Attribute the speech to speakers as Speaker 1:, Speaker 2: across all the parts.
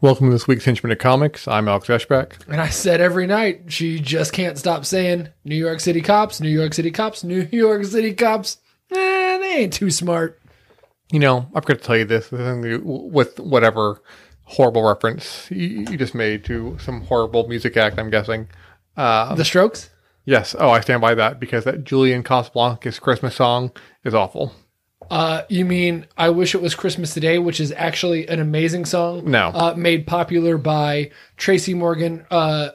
Speaker 1: Welcome to this week's Henchman of Comics. I'm Alex Rushback.
Speaker 2: And I said every night, she just can't stop saying New York City cops, New York City cops, New York City cops. Eh, they ain't too smart.
Speaker 1: You know, I've got to tell you this this has to do with whatever horrible reference you, you just made to some horrible music act, I'm guessing. Um,
Speaker 2: the Strokes?
Speaker 1: Yes, oh, I stand by that because that Julian Casablancas Christmas song is awful.
Speaker 2: Uh, you mean I Wish It Was Christmas Today, which is actually an amazing song.
Speaker 1: No.
Speaker 2: Uh, made popular by Tracy Morgan, uh,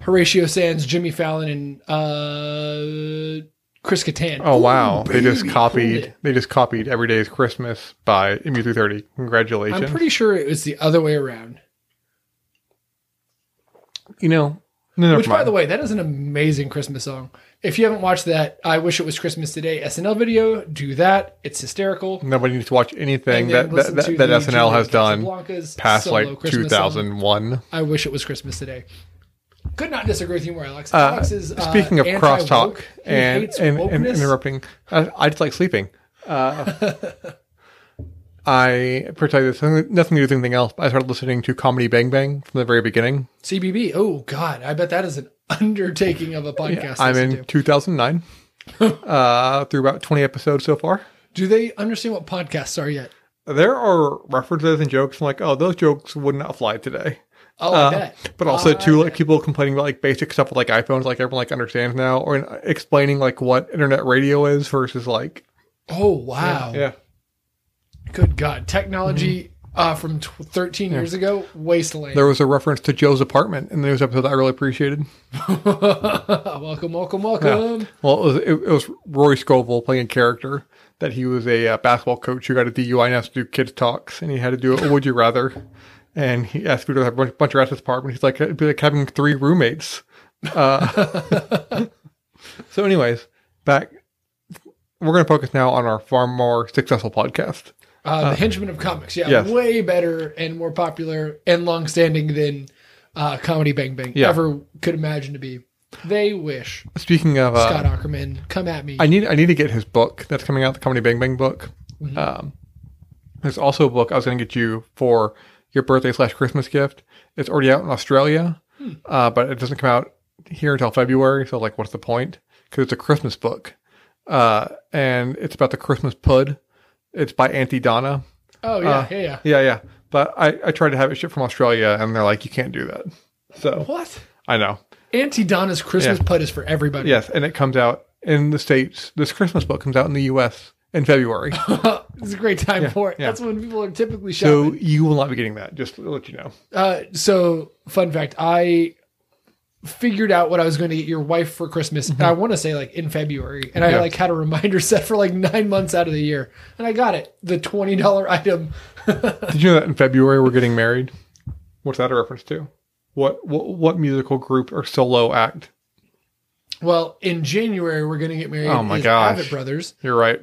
Speaker 2: Horatio Sands, Jimmy Fallon, and uh, Chris Kattan.
Speaker 1: Oh wow, they just
Speaker 2: baby,
Speaker 1: copied.
Speaker 2: hold it.
Speaker 1: They just copied "Every Day Is Christmas" by Music Thirty. Congratulations.
Speaker 2: I'm pretty sure it was the other way around.
Speaker 1: you know, no, never
Speaker 2: Which, by
Speaker 1: mind.
Speaker 2: the way, that is an amazing Christmas song. If you haven't watched that, I wish it was Christmas today SNL video. Do that; it's hysterical.
Speaker 1: Nobody needs to watch anything that
Speaker 2: And then
Speaker 1: that,
Speaker 2: listen
Speaker 1: that,
Speaker 2: to
Speaker 1: that
Speaker 2: the
Speaker 1: SNL has
Speaker 2: Julian
Speaker 1: done
Speaker 2: Casablancas
Speaker 1: past
Speaker 2: solo
Speaker 1: like
Speaker 2: Christmas song,
Speaker 1: 2001.
Speaker 2: I wish it was Christmas today. Could not disagree with you more, Alex.
Speaker 1: Uh,
Speaker 2: Alex is uh,
Speaker 1: Speaking of
Speaker 2: anti-woke.
Speaker 1: crosstalk
Speaker 2: He
Speaker 1: and,
Speaker 2: hates
Speaker 1: and, and
Speaker 2: wokeness.
Speaker 1: interrupting, I, I just like sleeping. Uh, I particularly this nothing nothing to do with anything else. But I started listening to Comedy Bang Bang from the very beginning.
Speaker 2: CBB. Oh God, I bet that is an undertaking of a podcast.
Speaker 1: I'm
Speaker 2: to
Speaker 1: in
Speaker 2: listen to.
Speaker 1: 2009 uh, through about 20 episodes so far.
Speaker 2: Do they understand what podcasts are yet?
Speaker 1: There are references and jokes. I'm like, oh, those jokes would not fly today.
Speaker 2: Oh,
Speaker 1: Uh,
Speaker 2: I bet.
Speaker 1: but also
Speaker 2: I
Speaker 1: too like people complaining about like basic stuff with like iPhones, like everyone like understands now, or in, explaining like what internet radio is versus like
Speaker 2: Oh wow.
Speaker 1: yeah.
Speaker 2: Good God, technology
Speaker 1: Mm-hmm.
Speaker 2: uh, from t- 13 years ago, wasteland.
Speaker 1: There was a reference to Joe's apartment in the news episode that I really appreciated.
Speaker 2: Uh, welcome, welcome, welcome.
Speaker 1: Well, it was, it, it was Roy Scoville playing a character that he was a uh, basketball coach who got a DUI and has to do kids talks, and he had to do a would you rather, and he asked people to have a bunch, bunch of rats in his apartment. He's like, it'd be like having three roommates. Uh, so, anyways, back. We're going to focus now on our far more successful podcast.
Speaker 2: Uh, the Henchman of Comics. Yeah,
Speaker 1: yes.
Speaker 2: way better and more popular and long-standing than uh, Comedy Bang Bang
Speaker 1: Yeah.
Speaker 2: ever could imagine to be. They wish
Speaker 1: Speaking of uh,
Speaker 2: Scott Ackerman come at me.
Speaker 1: I need I need to get his book that's coming out, the Comedy Bang Bang book. Um, there's also a book I was going to get you for your birthday slash Christmas gift. It's already out in Australia, uh, but it doesn't come out here until February. So like, what's the point? Because it's a Christmas book, uh, and it's about the Christmas pud. It's by Auntie Donna.
Speaker 2: oh yeah,
Speaker 1: uh,
Speaker 2: yeah, yeah.
Speaker 1: Yeah, yeah. But I I tried to have it shipped from Australia, and they're like, you can't do that. So
Speaker 2: What?
Speaker 1: I know.
Speaker 2: Auntie Donna's Christmas
Speaker 1: Yeah.
Speaker 2: put is for everybody.
Speaker 1: Yes, and it comes out in the states. This Christmas book comes out in the U.S. in February.
Speaker 2: it's a great time for it.
Speaker 1: yeah.
Speaker 2: That's when people are typically
Speaker 1: So
Speaker 2: shopping.
Speaker 1: you will not be getting that. Just to let you know.
Speaker 2: Uh, so fun fact, I figured out what I was going to get your wife for Christmas. and I want to say like in February, and I
Speaker 1: Mm-hmm. Yeah.
Speaker 2: like had a reminder set for like nine months out of the year, and I got it. The twenty dollar item.
Speaker 1: Did you know that in February we're getting married? What's that a reference to? What what, what musical group or solo act?
Speaker 2: Well, in January we're going to get married.
Speaker 1: Oh my
Speaker 2: as
Speaker 1: gosh.
Speaker 2: Abbott Brothers.
Speaker 1: You're right.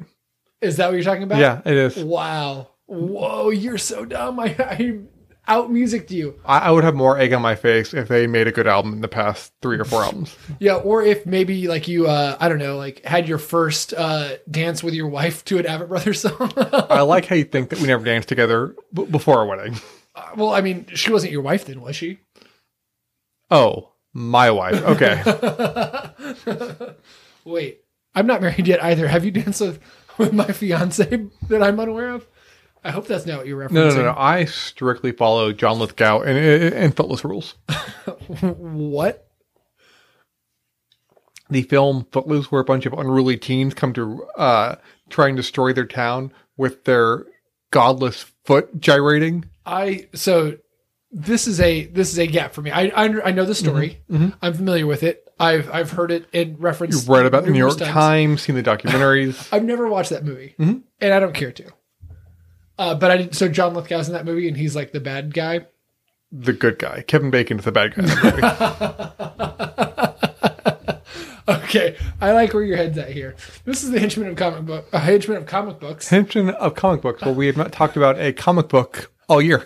Speaker 2: Is that what you're talking about?
Speaker 1: Yeah, it is.
Speaker 2: Wow. Whoa, you're so dumb. I, I out music you.
Speaker 1: I, I would have more egg on my face if they made a good album in the past three or four albums.
Speaker 2: Yeah, or if maybe like you, uh, I don't know, like had your first uh, dance with your wife to an Abbott Brothers song.
Speaker 1: I like how you think that we never danced together b- before our wedding.
Speaker 2: well, I mean, she wasn't your wife then, was she?
Speaker 1: Oh, my wife. Okay.
Speaker 2: Wait, I'm not married yet either. Have you danced with, with my fiance that I'm unaware of? I hope that's not what you're referencing.
Speaker 1: No, no, no, no. I strictly follow John Lithgow and and, and Footless rules.
Speaker 2: What?
Speaker 1: the film Footloose, where a bunch of unruly teens come to uh, try and destroy their town with their godless foot gyrating.
Speaker 2: I so this is a this is a gap for me. I I, I know the story. I'm familiar with it. I've I've heard it in reference.
Speaker 1: Mm-hmm, You've read about the New
Speaker 2: numerous
Speaker 1: York Times, Mm-hmm. seen the documentaries.
Speaker 2: I've never watched that movie, and I don't care to. Uh, but I didn't, so John Lithgow's in that movie, and he's like the bad guy.
Speaker 1: the good guy, Kevin Bacon, is the bad guy. in that movie.
Speaker 2: Okay, I like where your head's at here. This is the henchman of comic book, uh, henchman of comic books.
Speaker 1: Attention of comic books. Well, we have not talked about a comic book all year.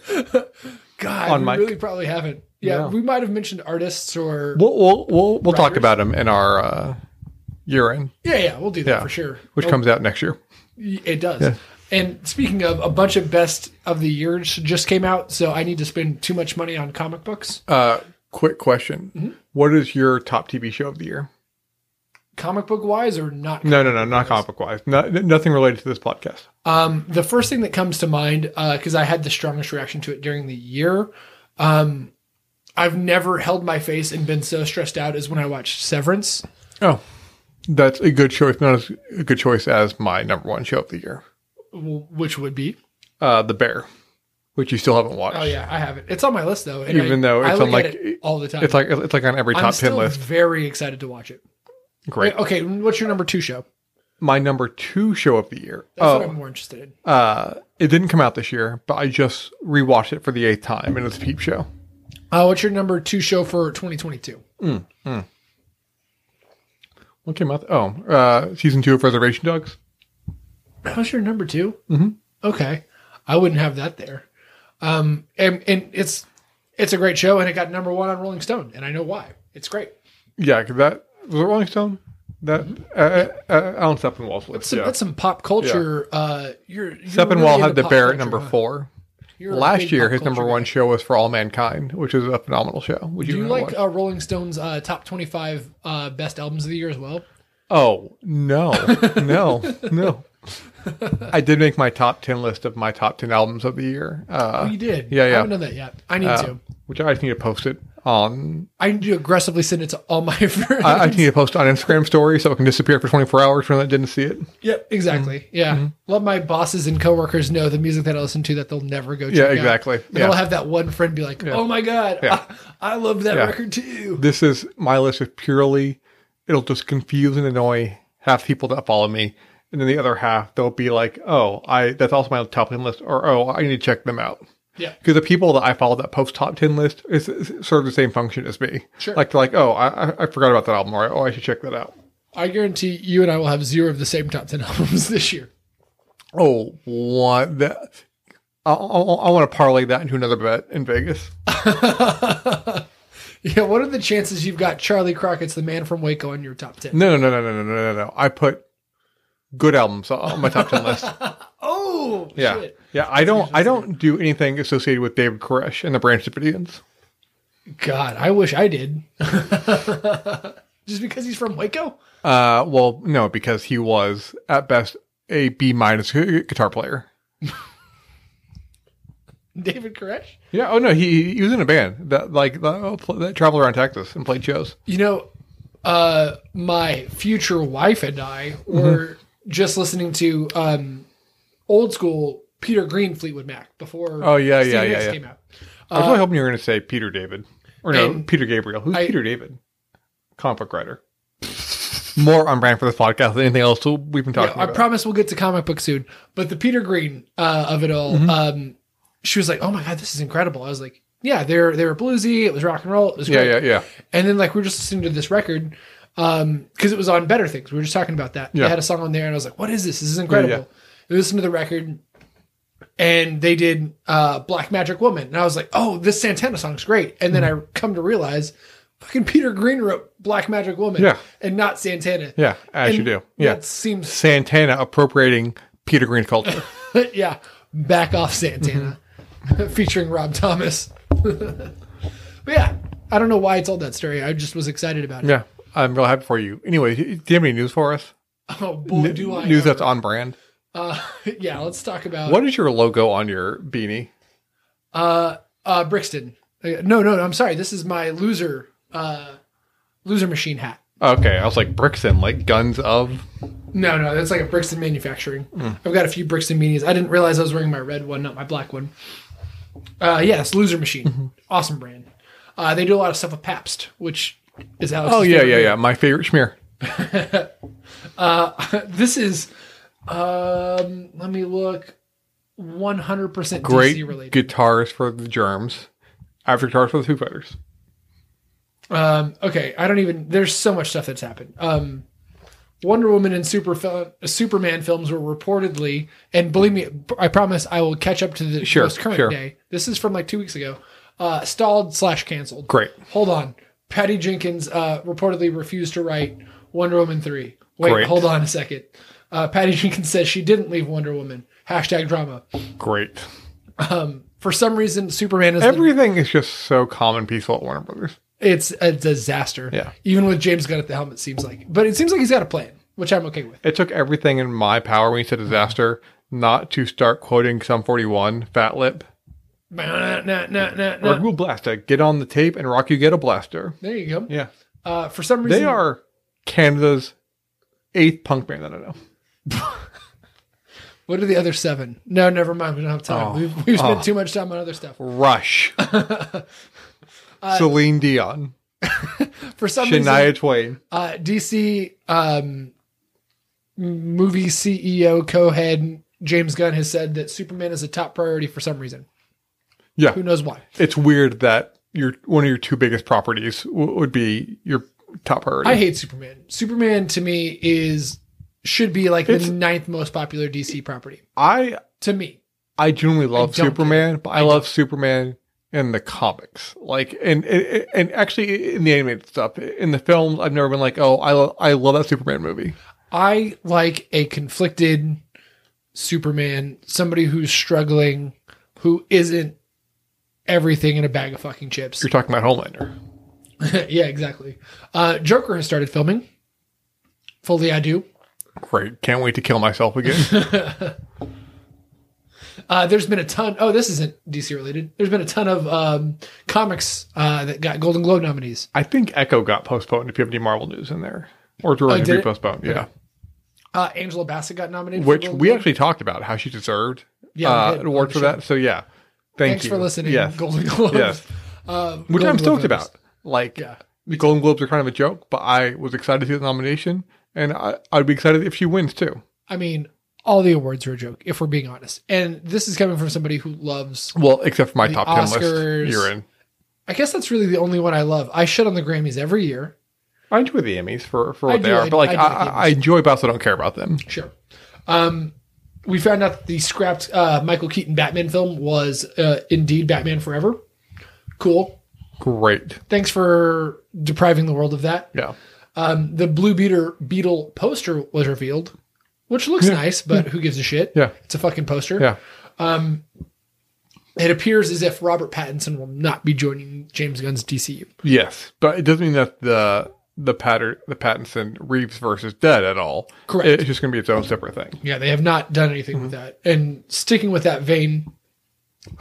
Speaker 2: God,
Speaker 1: On
Speaker 2: we
Speaker 1: mic.
Speaker 2: really probably haven't. Yeah,
Speaker 1: No.
Speaker 2: we might have mentioned artists or
Speaker 1: We'll we'll we'll, we'll talk
Speaker 2: Writers?
Speaker 1: about them in our uh, year end,
Speaker 2: yeah, yeah, we'll do that
Speaker 1: Yeah.
Speaker 2: for sure.
Speaker 1: which
Speaker 2: Oh,
Speaker 1: comes out next year.
Speaker 2: it does.
Speaker 1: Yeah.
Speaker 2: And speaking of, a bunch of best of the years just came out, so I need to spend too much money on comic books.
Speaker 1: Uh, quick question:
Speaker 2: Mm-hmm.
Speaker 1: What is your top TV show of the year?
Speaker 2: Comic book wise or not?
Speaker 1: No, no, no, not comic book wise. No, nothing related to this podcast.
Speaker 2: Um, the first thing that comes to mind, because I had the strongest reaction to it during the year, um, I've never held my face and been so stressed out as when I watched Severance.
Speaker 1: Oh, that's a good choice. Not as a good choice as my number one show of the year,
Speaker 2: w- Which would be
Speaker 1: uh, The Bear, which you still haven't watched.
Speaker 2: oh yeah I have it it's on my list though and
Speaker 1: Even
Speaker 2: I-
Speaker 1: though
Speaker 2: I
Speaker 1: it's
Speaker 2: look
Speaker 1: on, like,
Speaker 2: at it all the time
Speaker 1: It's like it's like on every
Speaker 2: I'm
Speaker 1: top ten
Speaker 2: still
Speaker 1: list.
Speaker 2: very excited to watch it
Speaker 1: Great.
Speaker 2: okay what's your number two show
Speaker 1: My number two show of the year.
Speaker 2: that's
Speaker 1: oh,
Speaker 2: what I'm more interested in
Speaker 1: uh, it didn't come out this year, but I just rewatched it for the eighth time, and it's a peep show.
Speaker 2: uh, what's your number two show for 2022
Speaker 1: What came out? Oh, uh, season two of Reservation Dogs.
Speaker 2: How's your number 2 Mm-hmm. Okay, I wouldn't have that there. Um, and, and it's it's a great show, and it got number one on Rolling Stone, and I know why. It's great.
Speaker 1: Yeah, 'cause that was it. Rolling Stone. That uh, uh, Alan Steppenwall's list.
Speaker 2: That's some,
Speaker 1: yeah.
Speaker 2: that's some pop culture. Uh, you're, you're
Speaker 1: Steppenwall
Speaker 2: really
Speaker 1: had
Speaker 2: into
Speaker 1: the
Speaker 2: pop
Speaker 1: bear at
Speaker 2: culture,
Speaker 1: number
Speaker 2: huh?
Speaker 1: four.
Speaker 2: You're a
Speaker 1: Last
Speaker 2: big
Speaker 1: year,
Speaker 2: pop
Speaker 1: his number
Speaker 2: culture
Speaker 1: one
Speaker 2: guy.
Speaker 1: show was For All Mankind, which is a phenomenal show. Would
Speaker 2: Do you
Speaker 1: wanna
Speaker 2: like
Speaker 1: watch?
Speaker 2: uh, Rolling Stone's uh, top twenty five uh, best albums of the year as well?
Speaker 1: Oh no, no, no! I did make my top ten list of my top ten albums of the year. Uh,
Speaker 2: Oh, you did.
Speaker 1: yeah, Uh,
Speaker 2: I
Speaker 1: yeah.
Speaker 2: haven't done that yet. I need to.
Speaker 1: which I just need to post it on.
Speaker 2: I need to aggressively send it to all my friends.
Speaker 1: I, I just need to post it on Instagram story so it can disappear for 24 hours for anyone that didn't see it.
Speaker 2: Yep, exactly.
Speaker 1: Mm-hmm.
Speaker 2: Yeah. Let my bosses and coworkers know the music that I listen to that they'll never go check
Speaker 1: Yeah,
Speaker 2: out.
Speaker 1: exactly.
Speaker 2: And I'll
Speaker 1: Yeah.
Speaker 2: have that one friend be like, oh my God,
Speaker 1: Yeah.
Speaker 2: I, I love that
Speaker 1: Yeah.
Speaker 2: record too.
Speaker 1: This is my list of purely. It'll just confuse and annoy half the people that follow me, and then the other half they'll be like, "Oh, I that's also my top ten list," or "Oh, I need to check them out."
Speaker 2: Yeah.
Speaker 1: because the people that I follow that post top ten list is, is sort of the same function as me.
Speaker 2: Sure.
Speaker 1: Like they're like, oh, I, I- I forgot about that album, or oh, I should check that out.
Speaker 2: I guarantee you and I will have zero of the same top 10 albums this year.
Speaker 1: Oh, what that? I, I, want to parlay that into another bet in Vegas.
Speaker 2: Yeah. What are the chances you've got Charlie Crockett's The Man from Waco on your top 10?
Speaker 1: No, no, no, no, no, no, no, no, no. I put good albums on my top ten list.
Speaker 2: Oh,
Speaker 1: Yeah,
Speaker 2: shit.
Speaker 1: yeah. I don't, I don't do anything associated with David Koresh and the Branch Davidians.
Speaker 2: God, I wish I did. Just because he's from Waco?
Speaker 1: Uh, well, no, because he was at best a B minus guitar player.
Speaker 2: David Koresh?
Speaker 1: Yeah. Oh no, he he was in a band that like that, oh, that traveled around Texas and played shows.
Speaker 2: You know, uh, my future wife and I were
Speaker 1: Mm-hmm.
Speaker 2: just listening to um, old school Peter Green Fleetwood Mac before.
Speaker 1: Oh, yeah,
Speaker 2: Stevie
Speaker 1: yeah, yeah,
Speaker 2: Nicks
Speaker 1: yeah.
Speaker 2: came out.
Speaker 1: I was really hoping you were going to say Peter David or no
Speaker 2: Uh, and
Speaker 1: Peter Gabriel. Who's
Speaker 2: I-
Speaker 1: Peter David? Comic book writer. More on brand for this podcast than anything else we've been talking
Speaker 2: I
Speaker 1: about.
Speaker 2: promise we'll get to comic book soon. But the Peter Green uh, of it all,
Speaker 1: Mm-hmm.
Speaker 2: um, she was like, "Oh my god, this is incredible." I was like, "Yeah, they're they were bluesy. It was rock and roll. It was
Speaker 1: yeah,
Speaker 2: great."
Speaker 1: yeah, yeah.
Speaker 2: And then like we were just listening to this record because it was on Better Things. We were just talking about that. They
Speaker 1: Yeah.
Speaker 2: had a song on there, and I was like, "What is this? This is incredible."
Speaker 1: Yeah, yeah.
Speaker 2: We listened to the record, and they did uh, "Black Magic Woman," and I was like, "Oh, this Santana song's great." And then
Speaker 1: Mm-hmm.
Speaker 2: I come to realize, fucking Peter Green wrote "Black Magic Woman,"
Speaker 1: Yeah.
Speaker 2: and not Santana.
Speaker 1: Yeah, as you
Speaker 2: And
Speaker 1: do. Yeah.
Speaker 2: that seems
Speaker 1: Santana appropriating Peter Green culture.
Speaker 2: yeah. Back off, Santana,
Speaker 1: Mm-hmm.
Speaker 2: featuring Rob Thomas. but yeah, I don't know why I told that story. I just was excited about it.
Speaker 1: yeah. I'm real happy for you. Anyway, do you have any news for us?
Speaker 2: Oh boy, do I
Speaker 1: news
Speaker 2: ever.
Speaker 1: that's on brand.
Speaker 2: Uh, yeah, let's talk about
Speaker 1: What is your logo on your beanie?
Speaker 2: Uh, uh, Brixton. Uh, No, no, no. I'm sorry. This is my loser, uh, loser machine hat.
Speaker 1: Okay, I was like Brixton, like guns of.
Speaker 2: No, no, that's like a Brixton manufacturing.
Speaker 1: Hmm.
Speaker 2: I've got a few Brixton meanies. I didn't realize I was wearing my red one, not my black one. Uh, yeah, it's Loser Machine.
Speaker 1: Mm-hmm.
Speaker 2: Awesome brand. Uh, they do a lot of stuff with Pabst, which is Alex.
Speaker 1: Oh yeah, yeah, yeah. My favorite schmear.
Speaker 2: This is, um, let me look, 100%
Speaker 1: Great
Speaker 2: DC related.
Speaker 1: guitars for the Germs. After guitars for the Foo Fighters.
Speaker 2: Um, okay, I don't even. There's so much stuff that's happened. Um, Wonder Woman and Super uh, Superman films were reportedly, and believe me, I promise I will catch up to the
Speaker 1: Sure,
Speaker 2: most current
Speaker 1: sure.
Speaker 2: day. This is from like two weeks ago. Uh, stalled slash canceled.
Speaker 1: Great.
Speaker 2: Hold on. Patty Jenkins uh, reportedly refused to write Wonder Woman 3. Wait,
Speaker 1: Great.
Speaker 2: hold on a second. Uh, Patty Jenkins says she didn't leave Wonder Woman. Hashtag drama.
Speaker 1: Great.
Speaker 2: For some reason, Superman is the-
Speaker 1: Everything is just so common peaceful at Warner Brothers.
Speaker 2: it's a disaster.
Speaker 1: Yeah.
Speaker 2: Even with James Gunn at the helm, it seems like. But it seems like he's got a plan, which I'm okay with.
Speaker 1: It took everything in my power when you said disaster not to start quoting some 41 Fat Lip
Speaker 2: Nah, nah, nah, nah,
Speaker 1: or
Speaker 2: nah.
Speaker 1: Ghoul Blaster. Get on the tape and rock you get a blaster.
Speaker 2: There you go.
Speaker 1: Yeah.
Speaker 2: Uh, for some reason,
Speaker 1: They are Canada's eighth punk band that I know.
Speaker 2: What are the other seven? No, never mind. We don't have time.
Speaker 1: Oh.
Speaker 2: we've, we've spent
Speaker 1: Oh.
Speaker 2: too much time on other stuff.
Speaker 1: Rush. Celine Dion.
Speaker 2: For some reason,
Speaker 1: Shania Twain.
Speaker 2: uh, DC um, m- movie CEO co-head James Gunn has said that Superman is a top priority for some reason.
Speaker 1: Yeah.
Speaker 2: Who knows why?
Speaker 1: It's weird that your one of your two biggest properties w- would be your top priority.
Speaker 2: I hate Superman. Superman to me is should be like
Speaker 1: It's-
Speaker 2: the ninth most popular DC property
Speaker 1: I
Speaker 2: to me.
Speaker 1: I genuinely love
Speaker 2: don't get
Speaker 1: Superman, but I, love Superman in the comics, like and, and and actually in the animated stuff. In the films, I've never been like, oh, I lo- I love that Superman movie.
Speaker 2: I like a conflicted Superman, somebody who's struggling, who isn't everything in a bag of fucking chips.
Speaker 1: You're talking about Homelander.
Speaker 2: yeah, exactly. Uh, Joker has started filming. Fully, I do.
Speaker 1: Great, can't wait to kill myself again.
Speaker 2: Uh, there's been a ton. Oh, this isn't DC related. There's been a ton of um, comics uh, that got Golden Globe nominees.
Speaker 1: I think Echo got postponed. If you have any Marvel news in there, or it's
Speaker 2: Oh,
Speaker 1: rumored
Speaker 2: did
Speaker 1: to be
Speaker 2: it?
Speaker 1: postponed, yeah.
Speaker 2: Uh, Angela Bassett got nominated. for
Speaker 1: Which
Speaker 2: Golden
Speaker 1: we
Speaker 2: Globe.
Speaker 1: actually talked about how she deserved
Speaker 2: Yeah, we
Speaker 1: uh, an
Speaker 2: did on
Speaker 1: award
Speaker 2: the
Speaker 1: for
Speaker 2: show.
Speaker 1: that. So yeah, thank
Speaker 2: Thanks
Speaker 1: you
Speaker 2: for listening.
Speaker 1: Yes,
Speaker 2: Golden Globes.
Speaker 1: Yes.
Speaker 2: Uh,
Speaker 1: which
Speaker 2: Golden
Speaker 1: I'm
Speaker 2: Globe
Speaker 1: stoked
Speaker 2: winners.
Speaker 1: about. Like
Speaker 2: Yeah.
Speaker 1: the Golden Globes are kind of a joke, but I was excited to see the nomination, and I, I'd be excited if she wins too.
Speaker 2: I mean, all the awards are a joke if we're being honest. And this is coming from somebody who loves.
Speaker 1: Well, except for my top ten
Speaker 2: Oscars.
Speaker 1: list, you're in.
Speaker 2: I guess that's really the only one I love. I shit on the Grammys every year.
Speaker 1: I enjoy the Emmys for, for
Speaker 2: I
Speaker 1: what they
Speaker 2: do,
Speaker 1: are,
Speaker 2: I-
Speaker 1: but like
Speaker 2: I
Speaker 1: I,
Speaker 2: do like
Speaker 1: I,
Speaker 2: the
Speaker 1: I enjoy, but I also don't care about them.
Speaker 2: Sure. Um, we found out that the scrapped uh, Michael Keaton Batman film was uh, indeed Batman Forever. Cool.
Speaker 1: Great,
Speaker 2: Thanks for depriving the world of that.
Speaker 1: yeah.
Speaker 2: Um, the Blue Beater Beetle poster was revealed, which looks nice, but who gives a shit?
Speaker 1: Yeah.
Speaker 2: It's a fucking poster. Um,
Speaker 1: Yeah.
Speaker 2: It appears as if Robert Pattinson will not be joining James Gunn's DCU.
Speaker 1: Yes, but it doesn't mean that the the patter the Pattinson Reeves versus dead at all.
Speaker 2: Correct.
Speaker 1: It's just going to be its own separate thing.
Speaker 2: Yeah, they have not done anything
Speaker 1: Mm-hmm.
Speaker 2: with that. And sticking with that vein,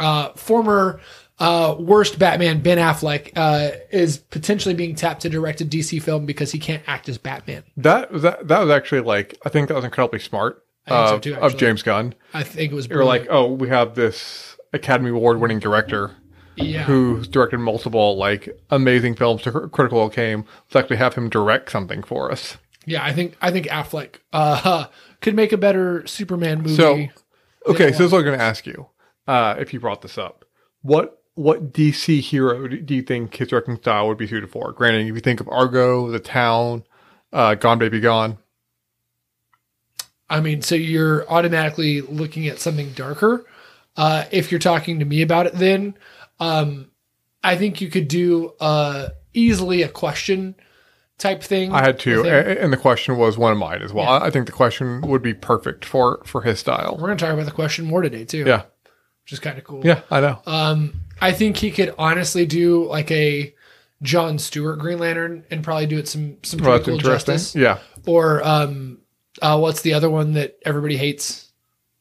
Speaker 2: uh, former uh, worst Batman Ben Affleck uh, is potentially being tapped to direct a DC film because he can't act as Batman.
Speaker 1: That was that, that was actually like I think that was incredibly smart
Speaker 2: think so
Speaker 1: of,
Speaker 2: too,
Speaker 1: of
Speaker 2: actually.
Speaker 1: James Gunn.
Speaker 2: I think it was
Speaker 1: They were like, oh, we have this Academy Award winning director
Speaker 2: yeah,
Speaker 1: who's directed multiple like amazing films to cr- critical role came. Let's actually have him direct something for us.
Speaker 2: yeah. I think I think Affleck uh, could make a better Superman movie.
Speaker 1: So, okay, so this is what I'm going to ask you. Uh, if you brought this up, what what DC hero d- do you think his directing style would be suited for? Granted, if you think of Argo, The Town, uh, Gone Baby Gone,
Speaker 2: I mean, so you're automatically looking at something darker. Uh, if you're talking to me about it, then um, I think you could do uh, easily a question type thing.
Speaker 1: I had Eh. two,
Speaker 2: with
Speaker 1: a-
Speaker 2: him.
Speaker 1: a- and the question was one of mine as well. I I think the question would be perfect for for his style.
Speaker 2: We're going to talk about the question more today too.
Speaker 1: Yeah,
Speaker 2: which is kind of cool.
Speaker 1: yeah, I know.
Speaker 2: Um, I think he could honestly do like a John Stewart Green Lantern and probably do it some some
Speaker 1: Well,
Speaker 2: pretty
Speaker 1: that's
Speaker 2: cool
Speaker 1: interesting.
Speaker 2: justice.
Speaker 1: Yeah,
Speaker 2: Or um, uh, what's the other one that everybody hates?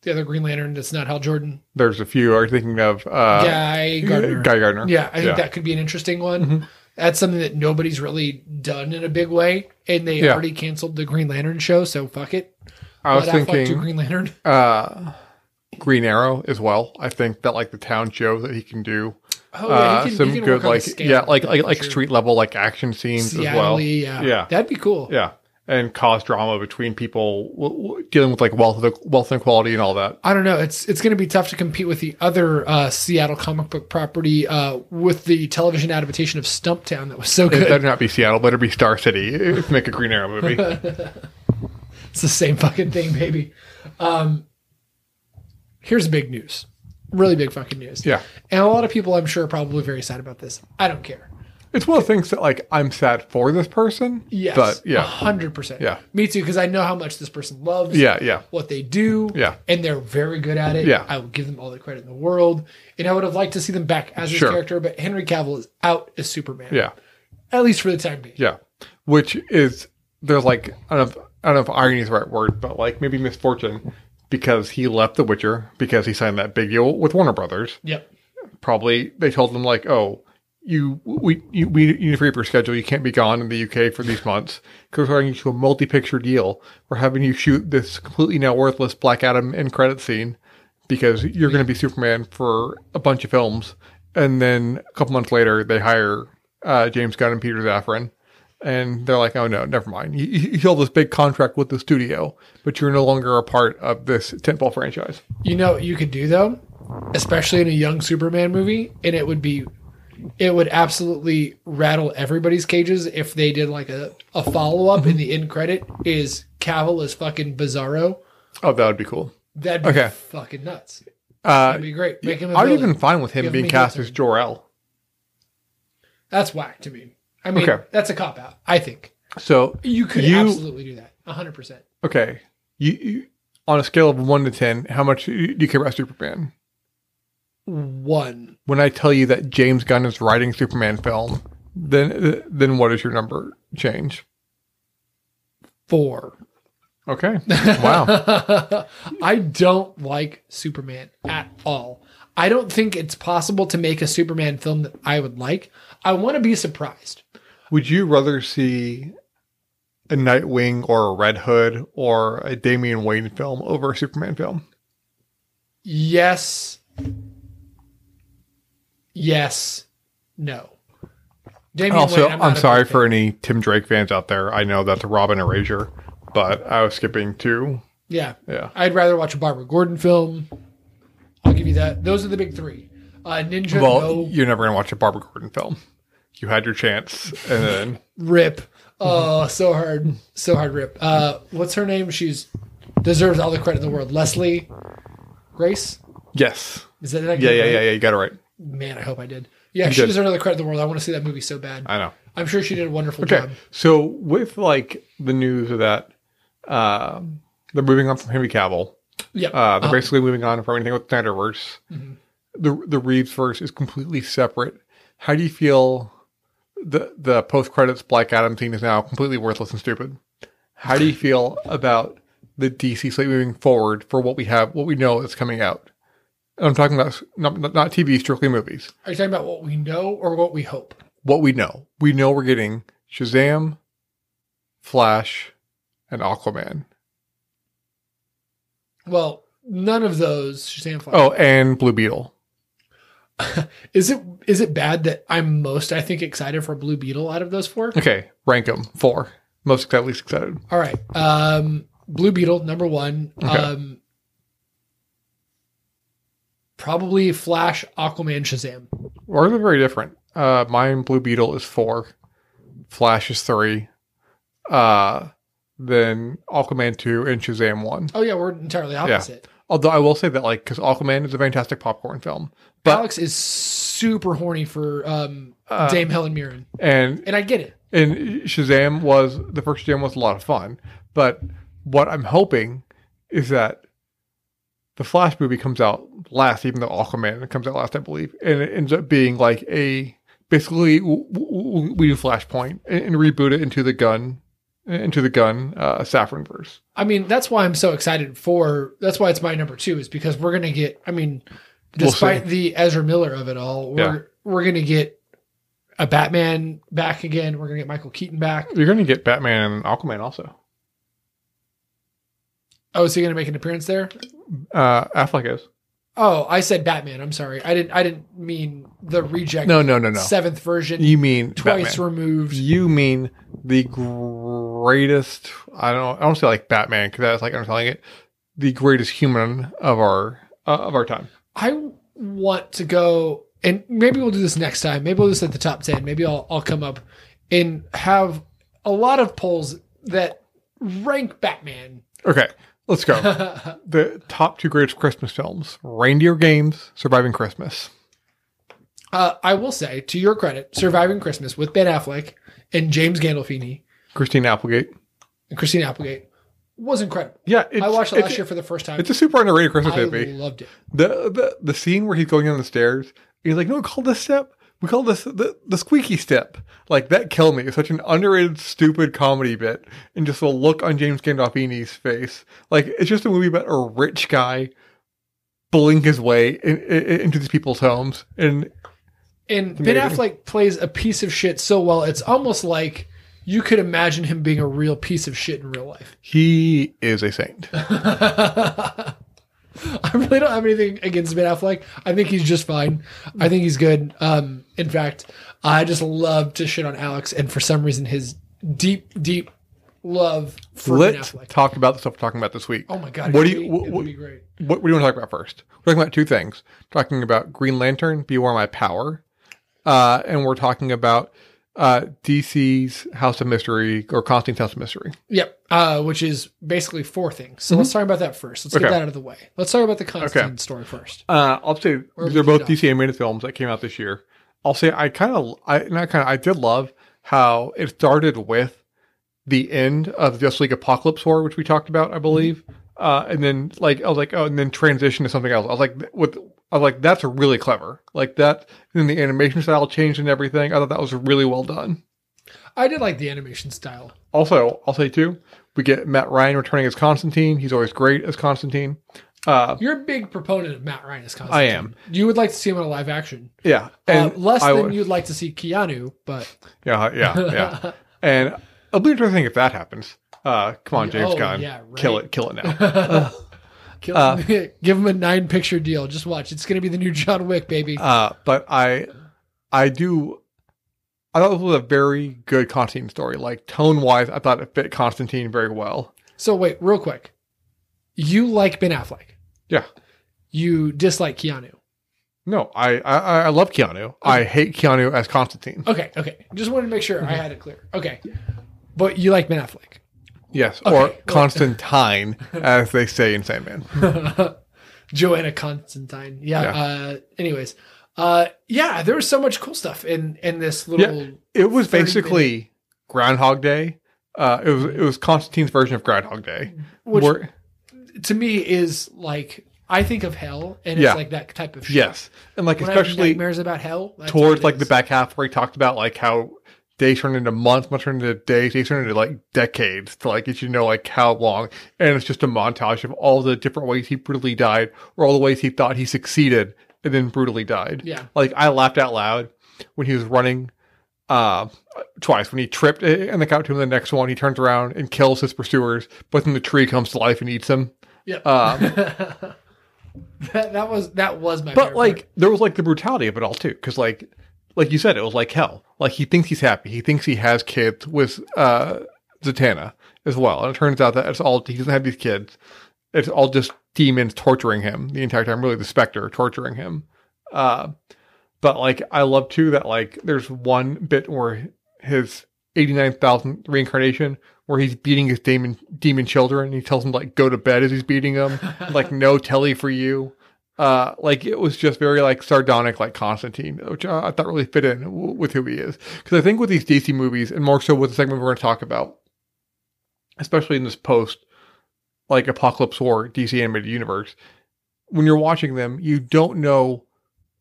Speaker 2: The other Green Lantern that's not Hal Jordan.
Speaker 1: there's a few. Are you thinking of uh,
Speaker 2: Guy Gardner.
Speaker 1: Guy Gardner.
Speaker 2: Yeah, I think that could be an interesting one.
Speaker 1: Mm-hmm.
Speaker 2: That's something that nobody's really done in a big way, and they
Speaker 1: Yeah.
Speaker 2: already canceled the Green Lantern show, so fuck it.
Speaker 1: I was
Speaker 2: Let Affleck do
Speaker 1: thinking
Speaker 2: Green Lantern.
Speaker 1: uh, Green Arrow as well. I think that like the town show that he can do
Speaker 2: Oh,
Speaker 1: uh,
Speaker 2: he can- he
Speaker 1: some
Speaker 2: can work
Speaker 1: good
Speaker 2: on the
Speaker 1: like
Speaker 2: scale
Speaker 1: yeah like like
Speaker 2: for
Speaker 1: like
Speaker 2: sure.
Speaker 1: street level like action scenes as
Speaker 2: Seattle,
Speaker 1: well.
Speaker 2: yeah.
Speaker 1: Yeah.
Speaker 2: that'd be cool.
Speaker 1: Yeah, and cause drama between people w- w- dealing with like wealth wealth inequality and all that.
Speaker 2: I don't know. It's it's going to be tough to compete with the other uh, Seattle comic book property uh, with the television adaptation of Stumptown that was so
Speaker 1: It
Speaker 2: good.
Speaker 1: better not be Seattle. Better be Star City. If make a Green Arrow movie.
Speaker 2: It's the same fucking thing, baby. Um, here's big news. Really big fucking news.
Speaker 1: Yeah.
Speaker 2: And a lot of people, I'm sure, are probably very sad about this. I don't care.
Speaker 1: It's one of the things that like I'm sad for this person.
Speaker 2: Yes.
Speaker 1: But yeah,
Speaker 2: 100%.
Speaker 1: Yeah.
Speaker 2: Me too, because I know how much this person loves.
Speaker 1: yeah, yeah,
Speaker 2: what they do.
Speaker 1: Yeah.
Speaker 2: And they're very good at it.
Speaker 1: Yeah.
Speaker 2: I will give them all the credit in the world. And I would have liked to see them back as this
Speaker 1: Sure.
Speaker 2: character, but Henry Cavill is out as Superman.
Speaker 1: yeah,
Speaker 2: At least for the time being.
Speaker 1: yeah. Which is there's like I don't know if, I don't know if irony is the right word, but like maybe misfortune because he left The Witcher because he signed that big deal with Warner Brothers.
Speaker 2: Yep.
Speaker 1: Probably they told him like, oh. You we you, we you need to free up your schedule. You can't be gone in the UK for these months because we're having you to a multi-picture deal. We're having you shoot this completely now worthless Black Adam end credit scene because you're going to be Superman for a bunch of films. And then a couple months later, they hire uh, James Gunn and Peter Safran, and they're like, "Oh no, never mind. You, you you held this big contract with the studio, but you're no longer a part of this tentpole franchise."
Speaker 2: You know what you could do though, especially in a young Superman movie, and it would be it would absolutely rattle everybody's cages if they did like a, a follow up in the end credit is Cavill is fucking bizarro.
Speaker 1: Oh, that would be cool.
Speaker 2: That'd be
Speaker 1: Okay.
Speaker 2: fucking nuts.
Speaker 1: Uh,
Speaker 2: That'd be great. Make him a
Speaker 1: I'm
Speaker 2: villain.
Speaker 1: even fine with him
Speaker 2: Give
Speaker 1: being
Speaker 2: me
Speaker 1: cast
Speaker 2: Hawthorne.
Speaker 1: as Jor El.
Speaker 2: That's whack to me. I mean
Speaker 1: Okay.
Speaker 2: that's a cop out, I think.
Speaker 1: So
Speaker 2: You could
Speaker 1: You-
Speaker 2: absolutely do that. hundred percent.
Speaker 1: okay, you, you on a scale of one to ten, how much do you care about Superman?
Speaker 2: One.
Speaker 1: when I tell you that James Gunn is writing Superman film, then then what is your number change?
Speaker 2: Four.
Speaker 1: Okay. Wow.
Speaker 2: I don't like Superman at all. I don't think it's possible to make a Superman film that I would like. I want to be surprised.
Speaker 1: Would you rather see a Nightwing or a Red Hood or a Damian Wayne film over a Superman film?
Speaker 2: Yes. Yes. No. Damien
Speaker 1: also,
Speaker 2: Wayne,
Speaker 1: Oh, I'm,
Speaker 2: not a big
Speaker 1: sorry
Speaker 2: fan.
Speaker 1: for any Tim Drake fans out there. I know that's a Robin erasure, but I was skipping two.
Speaker 2: Yeah.
Speaker 1: Yeah.
Speaker 2: I'd rather watch a Barbara Gordon film. I'll give you that. Those are the big three. Uh, Ninja,
Speaker 1: Well,
Speaker 2: no.
Speaker 1: you're never gonna watch a Barbara Gordon film. You had your chance, and then
Speaker 2: Rip.
Speaker 1: Mm-hmm.
Speaker 2: Oh, so hard. So hard rip. Uh, what's her name? She's deserves all the credit in the world. Leslie Grace?
Speaker 1: yes,
Speaker 2: Is that that
Speaker 1: yeah,
Speaker 2: good,
Speaker 1: yeah,
Speaker 2: right?
Speaker 1: yeah, yeah. You got it right.
Speaker 2: Man, I hope I did. Yeah, she
Speaker 1: did.
Speaker 2: deserves all the credit in the world. I want to see that movie so bad.
Speaker 1: I know.
Speaker 2: I'm sure she did a wonderful
Speaker 1: Okay,
Speaker 2: job.
Speaker 1: so with like the news of that, uh, they're moving on from Henry Cavill.
Speaker 2: Yeah.
Speaker 1: Uh, they're basically moving on from anything with Snyderverse. The the Reeves verse is completely separate. How do you feel? The the post credits Black Adam scene is now completely worthless and stupid. How do you feel about the DC slate moving forward for what we have, what we know is coming out? And I'm talking about s- not not not TV, strictly movies
Speaker 2: Are you talking about what we know or what we hope?
Speaker 1: what we know. We know we're getting Shazam, Flash, and Aquaman.
Speaker 2: Well, none of those Shazam Flash.
Speaker 1: Oh, and Blue Beetle.
Speaker 2: Is it is it bad that I'm most I think excited for Blue Beetle out of those four?
Speaker 1: Okay, rank them four. Most excited, least excited.
Speaker 2: All right. Um, Blue Beetle, number one.
Speaker 1: Okay.
Speaker 2: Um, probably Flash, Aquaman, Shazam.
Speaker 1: Or they're very different. Uh, mine Blue Beetle is four. Flash is three. Uh, then Aquaman two and Shazam one.
Speaker 2: Oh yeah, we're entirely opposite.
Speaker 1: Although I will say that like because Aquaman is a fantastic popcorn film, but
Speaker 2: Alex is super horny for um,
Speaker 1: Uh,
Speaker 2: Dame Helen Mirren,
Speaker 1: and
Speaker 2: and I get it.
Speaker 1: And Shazam was the first Shazam was a lot of fun, but what I'm hoping is that the Flash movie comes out last, even though Aquaman comes out last, I believe, and it ends up being like a basically w- w- we do Flashpoint and, and reboot it into the gun into the gun uh, Saffron verse.
Speaker 2: I mean, that's why I'm so excited for. That's why it's my number two is because we're gonna get. I mean,
Speaker 1: We'll
Speaker 2: despite the Ezra Miller of it all, we're we're gonna get a Batman back again. We're gonna get Michael Keaton back.
Speaker 1: You're going to get Batman and Aquaman also.
Speaker 2: Oh, is he gonna make an appearance there?
Speaker 1: Uh, Affleck is
Speaker 2: Oh, I said Batman. I'm sorry. I didn't. I didn't mean the reject.
Speaker 1: no, no, no, no.
Speaker 2: Seventh version,
Speaker 1: You mean
Speaker 2: twice
Speaker 1: Batman.
Speaker 2: removed.
Speaker 1: You mean the greatest? I don't. I don't say like Batman because that's like I'm telling it. The greatest human of our uh, of our time.
Speaker 2: I want to go, and maybe we'll do this next time. Maybe we'll do this at the top ten. Maybe I'll I'll come up and have a lot of polls that rank Batman. Uh,
Speaker 1: Okay, let's go. the top two greatest Christmas films Reindeer Games, Surviving Christmas.
Speaker 2: Uh, I will say, to your credit, Surviving Christmas with Ben Affleck and James Gandolfini
Speaker 1: Christine Applegate.
Speaker 2: and Christine Applegate was incredible.
Speaker 1: Yeah, it's,
Speaker 2: I watched it
Speaker 1: it's-
Speaker 2: last year for the first time.
Speaker 1: It's a super underrated Christmas
Speaker 2: I
Speaker 1: movie.
Speaker 2: loved it.
Speaker 1: The, the the scene where he's going down the stairs, he's like, "No, we call this step. We call this the, the squeaky step." Like that killed me. It's such an underrated, stupid comedy bit, and just the look on James Gandolfini's face. Like it's just a movie about a rich guy bullying his way in, in, into these people's homes, and
Speaker 2: And Ben
Speaker 1: amazing.
Speaker 2: Affleck plays a piece of shit so well, it's almost like you could imagine him being a real piece of shit in real life.
Speaker 1: he is a saint.
Speaker 2: I really don't have anything against Ben Affleck. I think he's just fine. I think he's good. Um, in fact, I just love to shit on Alex, and for some reason, his deep, deep love for Ben
Speaker 1: Let's
Speaker 2: Affleck.
Speaker 1: talk about the stuff we're talking about this week.
Speaker 2: Oh my god!
Speaker 1: What
Speaker 2: it
Speaker 1: do you-
Speaker 2: would be-
Speaker 1: what-
Speaker 2: it
Speaker 1: what-
Speaker 2: would be great.
Speaker 1: what, what do you want to talk about first? We're talking about two things. We're talking about Green Lantern, Beware My Power, uh, and we're talking about uh, DC's House of Mystery or Constantine's House of Mystery.
Speaker 2: Yep. Uh, which is basically four things. So let's talk about that first. Let's
Speaker 1: Mm-hmm. Okay.
Speaker 2: get that out of the way. Let's talk about the Constantine story first.
Speaker 1: Uh, I'll say these are
Speaker 2: Or we can
Speaker 1: both
Speaker 2: talk.
Speaker 1: DC animated films that came out this year. I'll say I kind of, I not kind of, I did love how it started with the end of Justice League Apocalypse War, which we talked about, I
Speaker 2: Mm-hmm.
Speaker 1: believe, uh, and then like I was like, oh, and then transition to something else. I was like, with I was like, that's really clever, like that. And then the animation style changed and everything. I thought that was really well done.
Speaker 2: I did like the animation style.
Speaker 1: Also, I'll say too, we get Matt Ryan returning as Constantine. He's always great as Constantine. Uh,
Speaker 2: You're a big proponent of Matt Ryan as Constantine.
Speaker 1: I am.
Speaker 2: You would like to see him in a live action.
Speaker 1: yeah,
Speaker 2: Uh,
Speaker 1: and
Speaker 2: less
Speaker 1: I
Speaker 2: than
Speaker 1: would-
Speaker 2: you'd like to see Keanu, but
Speaker 1: Yeah, yeah, yeah. And it'll be interesting if that happens. Uh, come on, James
Speaker 2: Oh,
Speaker 1: Gunn,
Speaker 2: yeah, right.
Speaker 1: kill it, kill it Uh, now.
Speaker 2: Kill him. give him a nine picture deal. Just watch. It's going to be the new John Wick, baby.
Speaker 1: uh, but I, I do. I thought this was a very good Constantine story. Like tone wise, I thought it fit Constantine very well.
Speaker 2: so wait, real quick. You like Ben Affleck.
Speaker 1: Yeah.
Speaker 2: You dislike Keanu.
Speaker 1: No, I I, I- I love Keanu. I hate Keanu as Constantine.
Speaker 2: Okay, okay. Just wanted to make sure
Speaker 1: Mm-hmm.
Speaker 2: I had it clear. Okay. But you like Ben Affleck.
Speaker 1: Yes, or
Speaker 2: well-
Speaker 1: Constantine, as they say in Sandman.
Speaker 2: Joanna Constantine. Yeah.
Speaker 1: Yeah.
Speaker 2: Uh, anyways, uh, yeah, there was so much cool stuff in in this little.
Speaker 1: It was
Speaker 2: 30
Speaker 1: basically Groundhog Day. Uh, it was it was Constantine's version of Groundhog Day.
Speaker 2: Which-
Speaker 1: Where-
Speaker 2: To me, is like I think of hell, and
Speaker 1: Yeah.
Speaker 2: it's like that type of shit.
Speaker 1: yes, and like
Speaker 2: When I have
Speaker 1: especially
Speaker 2: nightmares about hell that's what
Speaker 1: towards
Speaker 2: it
Speaker 1: like
Speaker 2: is.
Speaker 1: the back half where he talked about like how days turned into months, months turned into days, days turned into like decades to like get you to know like how long. And it's just a montage of all the different ways he brutally died or all the ways he thought he succeeded and then brutally died.
Speaker 2: Yeah.
Speaker 1: Like I laughed out loud when he was running uh twice when he tripped and they got to him in the next one he turns around and kills his pursuers but then the tree comes to life and eats him
Speaker 2: Yeah.
Speaker 1: um,
Speaker 2: that, that was that was my.
Speaker 1: But
Speaker 2: favorite
Speaker 1: like there was like the brutality of it all too, because like like you said, it was like hell. Like he thinks he's happy. He thinks he has kids with uh Zatanna as well. And it turns out that it's all he doesn't have these kids. It's all just demons torturing him the entire time, really the specter torturing him. Uh but like I love too that like there's one bit where his eighty nine thousandth reincarnation where he's beating his demon demon children and he tells them like go to bed as he's beating them. like no telly for you uh like it was just very like sardonic like constantine which uh, i thought really fit in w- with who he is because i think with these dc movies and more so with the segment we're going to talk about especially in this post like apocalypse war dc animated universe when you're watching them you don't know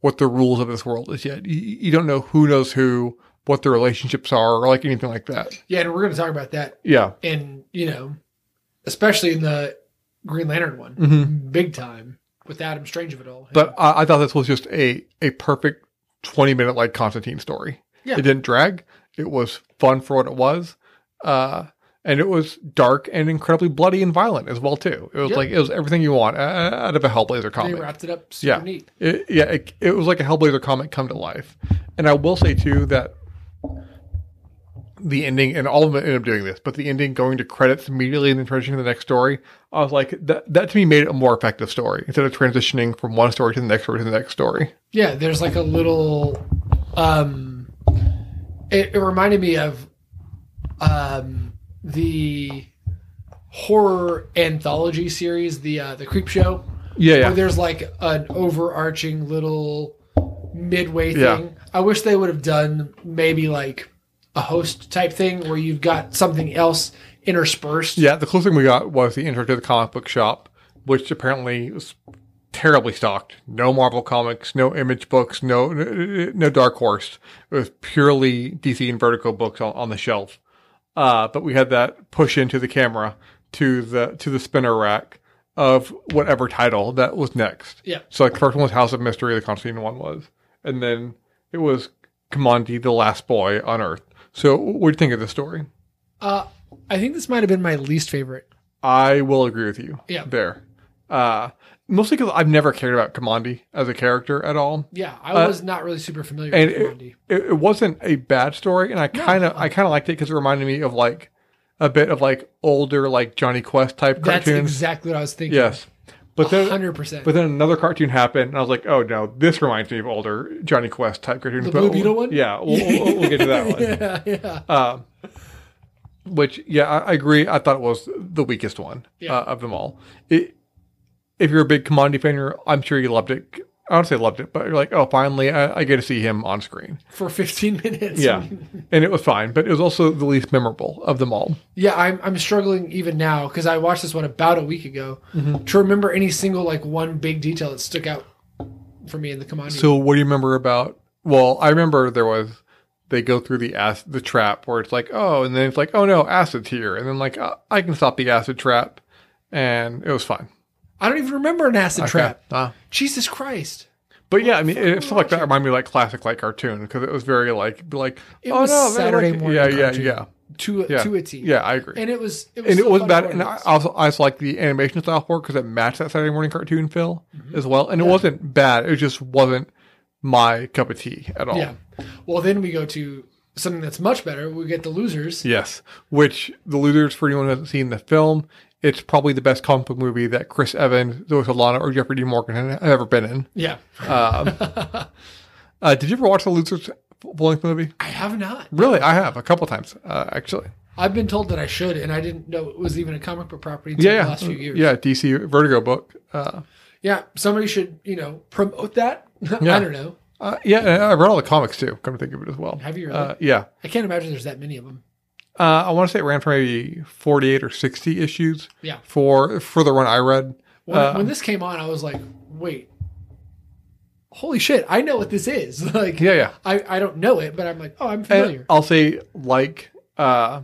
Speaker 1: what the rules of this world is yet you, you don't know who knows who what their relationships are or like anything like that
Speaker 2: yeah, and we're going to talk about that
Speaker 1: yeah
Speaker 2: in you know, especially in the Green Lantern one,
Speaker 1: mm-hmm.
Speaker 2: big time with Adam Strange of it all.
Speaker 1: But I, I thought this was just a a perfect twenty minute like Constantine story.
Speaker 2: Yeah.
Speaker 1: It didn't drag. It was fun for what it was, uh, and it was dark and incredibly bloody and violent as well too. It was
Speaker 2: Yeah.
Speaker 1: like it was everything you want uh, out of a Hellblazer
Speaker 2: they
Speaker 1: comic.
Speaker 2: wrapped it up super
Speaker 1: Yeah.
Speaker 2: neat.
Speaker 1: It, yeah, it, it was like a Hellblazer comic come to life. And I will say too that the ending and all of them ended up doing this, but the ending going to credits immediately and then transitioning to the next story, I was like that. That to me made it a more effective story instead of transitioning from one story to the next story to the next story.
Speaker 2: Yeah, there's like a little um it, it reminded me of um the horror anthology series, the uh, the Creep Show.
Speaker 1: Yeah, yeah.
Speaker 2: Where there's like an overarching little midway
Speaker 1: Yeah.
Speaker 2: thing. I wish they would have done maybe like a host type thing where you've got something else interspersed.
Speaker 1: Yeah, the closest thing we got was the intro to the comic book shop, which apparently was terribly stocked. No Marvel comics, no Image books, no no, no Dark Horse. It was purely DC and Vertigo books on, on the shelf. Uh, but we had that push into the camera to the to the spinner rack of whatever title that was next.
Speaker 2: Yeah.
Speaker 1: So like the first one was House of Mystery, the Constantine one was, and then it was Kamandi, the last boy on Earth. So what do you think of this story?
Speaker 2: Uh, I think this might have been my least favorite.
Speaker 1: I will agree with you.
Speaker 2: Yeah.
Speaker 1: There. Uh, mostly because I've never cared about Commandi as a character at all.
Speaker 2: Yeah, I
Speaker 1: Uh,
Speaker 2: was not really super familiar
Speaker 1: and
Speaker 2: with
Speaker 1: it-
Speaker 2: Commandi.
Speaker 1: It, it wasn't a bad story, and I kind of I kind of liked it because it reminded me of like a bit of like older like Johnny Quest type
Speaker 2: That's
Speaker 1: cartoons.
Speaker 2: exactly what I was thinking.
Speaker 1: yes. But then
Speaker 2: hundred percent.
Speaker 1: but then another cartoon happened, and I was like, oh no, this reminds me of older Johnny Quest type cartoons.
Speaker 2: The
Speaker 1: but
Speaker 2: Blue
Speaker 1: we'll-
Speaker 2: Beetle one?
Speaker 1: Yeah, we'll, we'll, we'll get to that one.
Speaker 2: yeah, yeah.
Speaker 1: Um, which, yeah, I, I agree. I thought it was the weakest one
Speaker 2: Yeah.
Speaker 1: uh, of them all. It, if you're a big Commodity fan, you're, I'm sure you loved it. I don't say loved it, but you're like, oh, finally, I, I get to see him on screen.
Speaker 2: For fifteen minutes.
Speaker 1: Yeah. and it was fine, but it was also the least memorable of them all.
Speaker 2: Yeah, I'm, I'm struggling even now because I watched this one about a week ago
Speaker 1: Mm-hmm.
Speaker 2: to remember any single like one big detail that stuck out for me in the command.
Speaker 1: So, what do you remember about? Well, I remember there was they go through the ac- the trap where it's like, oh, and then it's like, oh no, acid's here, and then like, uh, I can stop the acid trap, and it was fine.
Speaker 2: I don't even remember an acid trap.
Speaker 1: Okay. Uh,
Speaker 2: Jesus Christ!
Speaker 1: But yeah, I mean, it, stuff like that reminded me of, like classic like cartoon because it was very like be like
Speaker 2: It
Speaker 1: oh
Speaker 2: was
Speaker 1: no, man,
Speaker 2: Saturday
Speaker 1: like,
Speaker 2: morning
Speaker 1: Yeah, yeah,
Speaker 2: cartoon.
Speaker 1: yeah,
Speaker 2: To
Speaker 1: yeah,
Speaker 2: to a T.
Speaker 1: Yeah, I agree. And,
Speaker 2: And it was it was
Speaker 1: it
Speaker 2: so
Speaker 1: wasn't
Speaker 2: fun
Speaker 1: bad.
Speaker 2: to
Speaker 1: And I
Speaker 2: watch.
Speaker 1: also I also like the animation style for because it matched that Saturday morning cartoon feel
Speaker 2: Mm-hmm.
Speaker 1: as well. And it wasn't bad. It just wasn't my cup of tea at all.
Speaker 2: yeah. Well, then we go to something that's much better. We get the losers.
Speaker 1: Yes, which the losers for anyone who hasn't seen the film, it's probably the best comic book movie that Chris Evans, Zoe Solana, or Jeffrey D. Morgan have ever been in.
Speaker 2: Yeah.
Speaker 1: Uh, did you ever watch the losers full length movie?
Speaker 2: I have not.
Speaker 1: Really, I have a couple times uh, actually.
Speaker 2: I've been told that I should, and I didn't know it was even a comic book property until
Speaker 1: yeah, yeah.
Speaker 2: the last few years.
Speaker 1: Yeah, DC Vertigo book. Uh,
Speaker 2: Yeah, somebody should, you know, promote that.
Speaker 1: Yeah.
Speaker 2: I don't know.
Speaker 1: uh, yeah, and I read all the comics too. Come to think of it as well.
Speaker 2: Have you really?
Speaker 1: Uh, yeah,
Speaker 2: I can't imagine there's that many of them.
Speaker 1: uh, I want to say it ran for maybe forty-eight or sixty issues.
Speaker 2: Yeah.
Speaker 1: For for the run I read,
Speaker 2: When,
Speaker 1: Uh,
Speaker 2: when this came on, I was like, wait, holy shit, I know what this is. like,
Speaker 1: Uh, yeah, yeah.
Speaker 2: I, I don't know it, but I'm like, oh, I'm
Speaker 1: And
Speaker 2: familiar.
Speaker 1: I'll say like uh,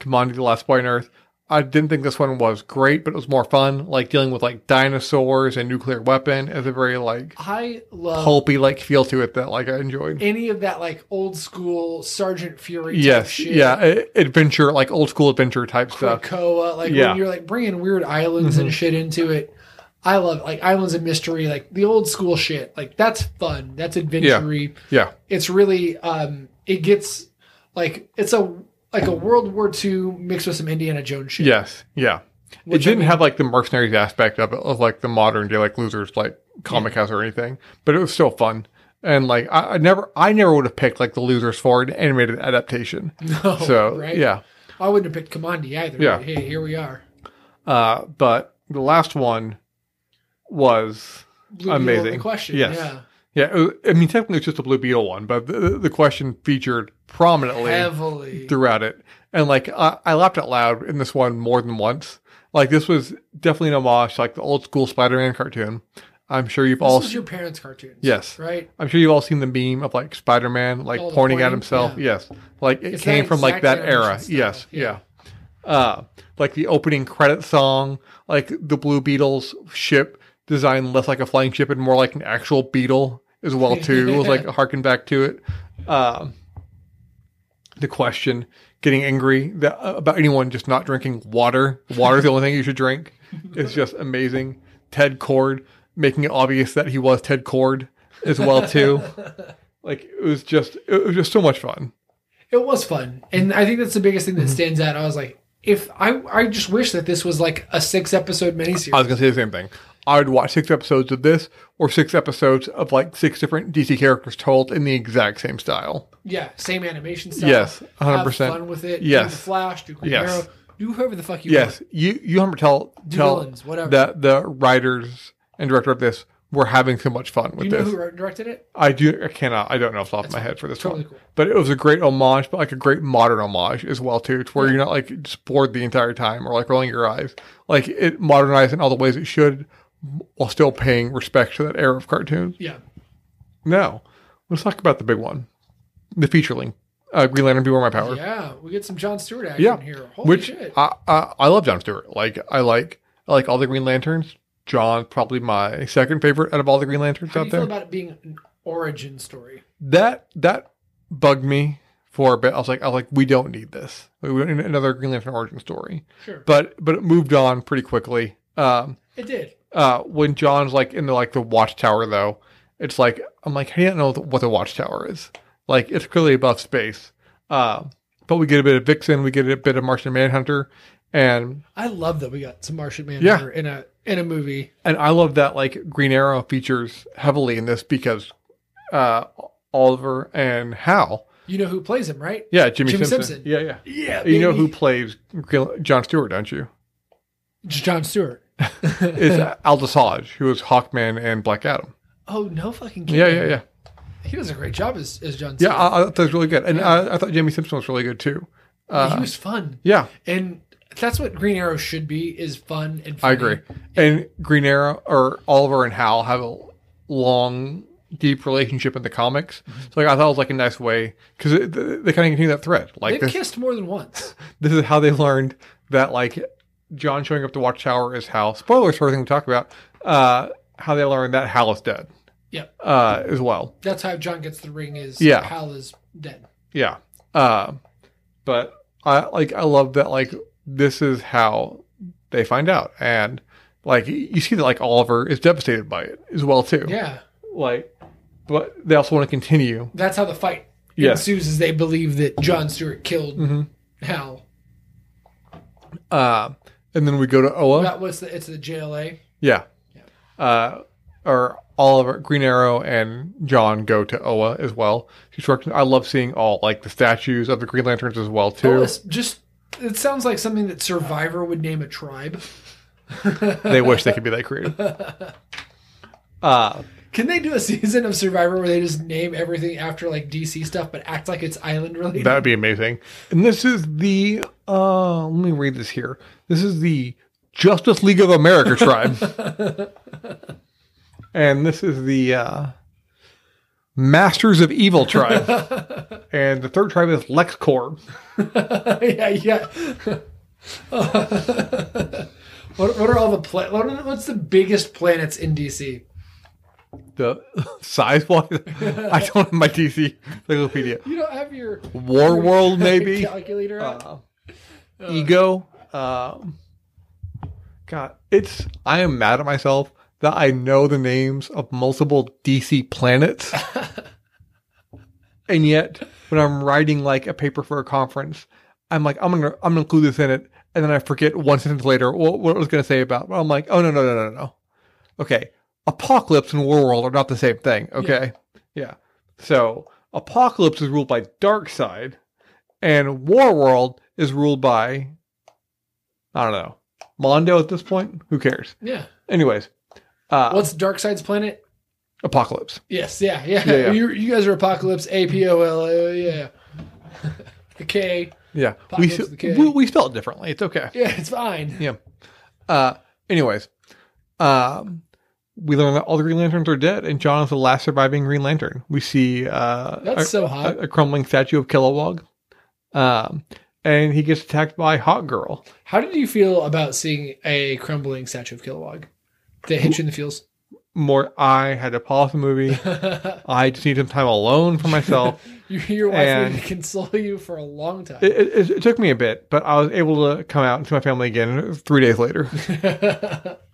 Speaker 1: Commodity: The Last Boy on Earth. I didn't think this one was great, but it was more fun, like dealing with like dinosaurs and nuclear weapon as a very like
Speaker 2: I love
Speaker 1: pulpy like feel to it that like I enjoyed.
Speaker 2: any of that, like, old school Sergeant Fury type
Speaker 1: Yes,
Speaker 2: shit.
Speaker 1: yeah, a- adventure like old school adventure type stuff.
Speaker 2: Krakoa, like,
Speaker 1: Yeah. Mm-hmm.
Speaker 2: when you're like bringing weird islands and shit into it. I love it. like islands of mystery, like the old school shit. Like that's fun. That's adventure
Speaker 1: Yeah,
Speaker 2: it's really um it gets like it's a like a World War II mixed with some Indiana Jones shit.
Speaker 1: Yes, yeah.
Speaker 2: Which
Speaker 1: it
Speaker 2: I
Speaker 1: didn't
Speaker 2: mean-
Speaker 1: have like the mercenaries aspect of it, of like the modern day like losers like comic house or anything, but it was still fun. And like I, I never, I never would have picked like the losers for an animated adaptation.
Speaker 2: No,
Speaker 1: so
Speaker 2: Oh, right?
Speaker 1: yeah,
Speaker 2: I wouldn't have picked Commandi either.
Speaker 1: Yeah.
Speaker 2: but Hey, here we are.
Speaker 1: uh, but the last one was
Speaker 2: Blue Beetle and
Speaker 1: Amazing.
Speaker 2: The question.
Speaker 1: Yes.
Speaker 2: Yeah.
Speaker 1: yeah. It was, I mean, technically it's just a Blue Beetle one, but the, the question featured prominently
Speaker 2: Heavily.
Speaker 1: throughout it. And like I, I laughed out loud in this one more than once. Like this was definitely an homage to like the old school Spider-Man cartoon. I'm sure you've all
Speaker 2: this is your parents' cartoons.
Speaker 1: yes.
Speaker 2: Right.
Speaker 1: I'm sure you've all seen the meme of like Spider-Man like
Speaker 2: All Oh, the
Speaker 1: pointing at
Speaker 2: pointing,
Speaker 1: himself.
Speaker 2: yeah.
Speaker 1: Yes, like it
Speaker 2: It's
Speaker 1: came
Speaker 2: that
Speaker 1: from like
Speaker 2: exact
Speaker 1: that era.
Speaker 2: animation style,
Speaker 1: Yes, yeah.
Speaker 2: yeah.
Speaker 1: Uh, like the opening credit song, like the Blue Beetles ship designed less like a flying ship and more like an actual beetle as well too. It was like a harken back to it. Um, the question, getting angry that, uh, about anyone just not drinking water. Water's the only thing you should drink. It's just amazing. Ted Cord making it obvious that he was Ted Cord as well too. like it was just it was just so much fun.
Speaker 2: It was fun, and I think that's the biggest thing
Speaker 1: Mm-hmm.
Speaker 2: that stands out. I was like, if I, I just wish that this was like a six episode miniseries.
Speaker 1: I was gonna say the same thing. I would watch six episodes of this or six episodes of like six different DC characters told in the exact same style.
Speaker 2: yeah, same animation style.
Speaker 1: Yes, 100%.
Speaker 2: Have fun with it. Do
Speaker 1: Yes.
Speaker 2: the Flash. Do Green
Speaker 1: Yes.
Speaker 2: Arrow. do whoever the fuck you
Speaker 1: Yes, you you have to tell tell
Speaker 2: villains, whatever.
Speaker 1: that the writers and director of this were having so much fun with
Speaker 2: want. Do you
Speaker 1: this.
Speaker 2: know who wrote- directed it?
Speaker 1: I do. I cannot. I don't know off the top of my head for this
Speaker 2: Totally
Speaker 1: one.
Speaker 2: cool.
Speaker 1: But it was a great homage, but like a great modern homage as well too, to where you're not like just bored the entire time or like rolling your eyes. Like it modernized in all the ways it should, while still paying respect to that era of cartoons.
Speaker 2: Yeah.
Speaker 1: Now, let's talk about the big one, the featureling, uh, Green Lantern: Beware My Power.
Speaker 2: Yeah. We get some John Stewart action
Speaker 1: Yeah.
Speaker 2: here. Holy
Speaker 1: Which
Speaker 2: shit.
Speaker 1: I, I I love John Stewart. Like I like I like all the Green Lanterns. John probably my second favorite out of all the Green Lanterns
Speaker 2: How do
Speaker 1: out
Speaker 2: you
Speaker 1: there.
Speaker 2: feel about it being an origin story?
Speaker 1: that that bugged me for a bit. I was like, I was like, we don't need this. We don't need another Green Lantern origin story.
Speaker 2: Sure.
Speaker 1: But but it moved on pretty quickly. Um,
Speaker 2: It did.
Speaker 1: uh, when John's like in the like the watchtower though, it's like I'm like I don't know what the watchtower is. Like it's clearly above space. Um, but we get a bit of Vixen, we get a bit of Martian Manhunter, and
Speaker 2: I love that we got some Martian Manhunter
Speaker 1: Manhunter
Speaker 2: in a in a movie.
Speaker 1: and I love that like Green Arrow features heavily in this because uh, Oliver and Hal,
Speaker 2: You know who plays him, right?
Speaker 1: yeah, Jimmy,
Speaker 2: Jimmy
Speaker 1: Simpson.
Speaker 2: Simpson.
Speaker 1: yeah, yeah.
Speaker 2: Yeah.
Speaker 1: You know who plays Gil- John Stewart, don't you?
Speaker 2: John Stewart.
Speaker 1: It's Al Desage, who is Hawkman and Black Adam.
Speaker 2: oh no, fucking kidding.
Speaker 1: Yeah, yeah, yeah,
Speaker 2: He does a great job as, as John.
Speaker 1: yeah. uh,
Speaker 2: Stewart.
Speaker 1: I, I thought that was really good, and I, I thought Jimmy Simpson was really good too. Uh,
Speaker 2: he was fun,
Speaker 1: yeah,
Speaker 2: and that's what Green Arrow should be: is fun and.
Speaker 1: I
Speaker 2: Funny.
Speaker 1: agree. And Green Arrow or Oliver and Hal have a long, deep relationship in the comics. So like, I thought it was like a nice way because they, they kind of continue that thread. Like
Speaker 2: They've
Speaker 1: this,
Speaker 2: kissed more than once.
Speaker 1: this is how they learned that like John showing up to Watchtower is Hal. Spoilers for everything we talk about. Uh, how they learned that Hal is dead.
Speaker 2: Yep.
Speaker 1: Uh, as well.
Speaker 2: That's how John gets the ring. Is
Speaker 1: Yeah.
Speaker 2: Hal is dead.
Speaker 1: Yeah. Uh, but I like I love that like this is how they find out and like you see that like Oliver is devastated by it as well too.
Speaker 2: Yeah,
Speaker 1: Like but they also want to continue.
Speaker 2: that's how the fight
Speaker 1: Yeah. Mm-hmm.
Speaker 2: ensues. Is they believe that John Stewart killed Hal.
Speaker 1: Uh and then we go to Oa.
Speaker 2: That was the, it's the JLA.
Speaker 1: Yeah. Uh, or Oliver, Green Arrow, and John go to Oa as well. She's working. I love seeing all like the statues of the Green Lanterns as well too.
Speaker 2: Ellis, just it sounds like something that Survivor would name a tribe.
Speaker 1: they wish they could be that creative. Uh,
Speaker 2: Can they do a season of Survivor where they just name everything after like DC stuff, but act like it's island related?
Speaker 1: that would be amazing. And this is the uh, let me read this here. This is the Justice League of America tribe, and this is the uh, Masters of Evil tribe, and the third tribe is LexCorp.
Speaker 2: yeah, yeah. what, what are all the pla- what are, what's the biggest planets in DC?
Speaker 1: the size wise. I don't have my DC encyclopedia.
Speaker 2: You don't have your
Speaker 1: War World, maybe.
Speaker 2: calculator out.
Speaker 1: Uh, ego. Um, God, it's. I am mad at myself that I know the names of multiple DC planets. and yet, when I'm writing like a paper for a conference, I'm like, I'm gonna, I'm gonna include this in it, and then I forget one sentence later what, what I was gonna say about. Well, I'm like, oh no, no, no, no, no. Okay, apocalypse and war world are not the same thing. Okay, yeah. So apocalypse is ruled by dark side, and war world is ruled by, I don't know, Mondo at this point. Who cares?
Speaker 2: yeah.
Speaker 1: Anyways, uh,
Speaker 2: What's Darkseid's planet?
Speaker 1: apocalypse.
Speaker 2: Yes, yeah, yeah.
Speaker 1: Yeah, yeah.
Speaker 2: You, you guys are Apocalypse, A P O L O, yeah. the K.
Speaker 1: Yeah,
Speaker 2: Apocalypse
Speaker 1: we,
Speaker 2: of the K.
Speaker 1: we we spell it differently. It's okay.
Speaker 2: Yeah, it's fine.
Speaker 1: Uh, anyways, um, we learn that all the Green Lanterns are dead, and John is the last surviving Green Lantern. We see uh,
Speaker 2: That's
Speaker 1: a,
Speaker 2: so
Speaker 1: a,
Speaker 2: hot.
Speaker 1: a crumbling statue of Kilowog, um, and he gets attacked by Hot Girl.
Speaker 2: How did you feel about seeing a crumbling statue of Kilowog that hit you in the feels?
Speaker 1: More, I had to pause the movie. I just need some time alone for myself.
Speaker 2: your, your wife
Speaker 1: And-
Speaker 2: needed to console you for a long time.
Speaker 1: it, it, it took me a bit, but I was able to come out and see my family again three days later.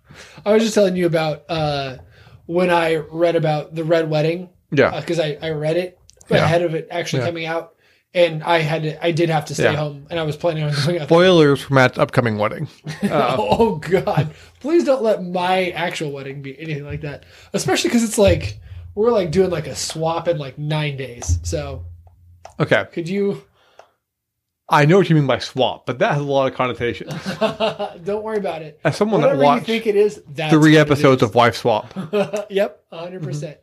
Speaker 2: I was just telling you about uh, when I read about the Red Wedding
Speaker 1: Yeah,
Speaker 2: because I, I read it
Speaker 1: Yeah.
Speaker 2: ahead of it actually
Speaker 1: Yeah.
Speaker 2: coming out, and I had to, I did have to stay
Speaker 1: Yeah.
Speaker 2: home, and I was planning on going out.
Speaker 1: spoilers for Matt's upcoming wedding. Uh,
Speaker 2: oh God! Please don't let my actual wedding be anything like that, especially because it's like we're like doing like a swap in like nine days. So
Speaker 1: Okay,
Speaker 2: could you?
Speaker 1: I know what you mean by swap, but that has a lot of connotations.
Speaker 2: Don't worry about it.
Speaker 1: As someone
Speaker 2: Whatever
Speaker 1: that
Speaker 2: you
Speaker 1: watched
Speaker 2: think it is, that's
Speaker 1: three
Speaker 2: what it
Speaker 1: episodes
Speaker 2: is.
Speaker 1: of Wife Swap,
Speaker 2: yep, 100%. percent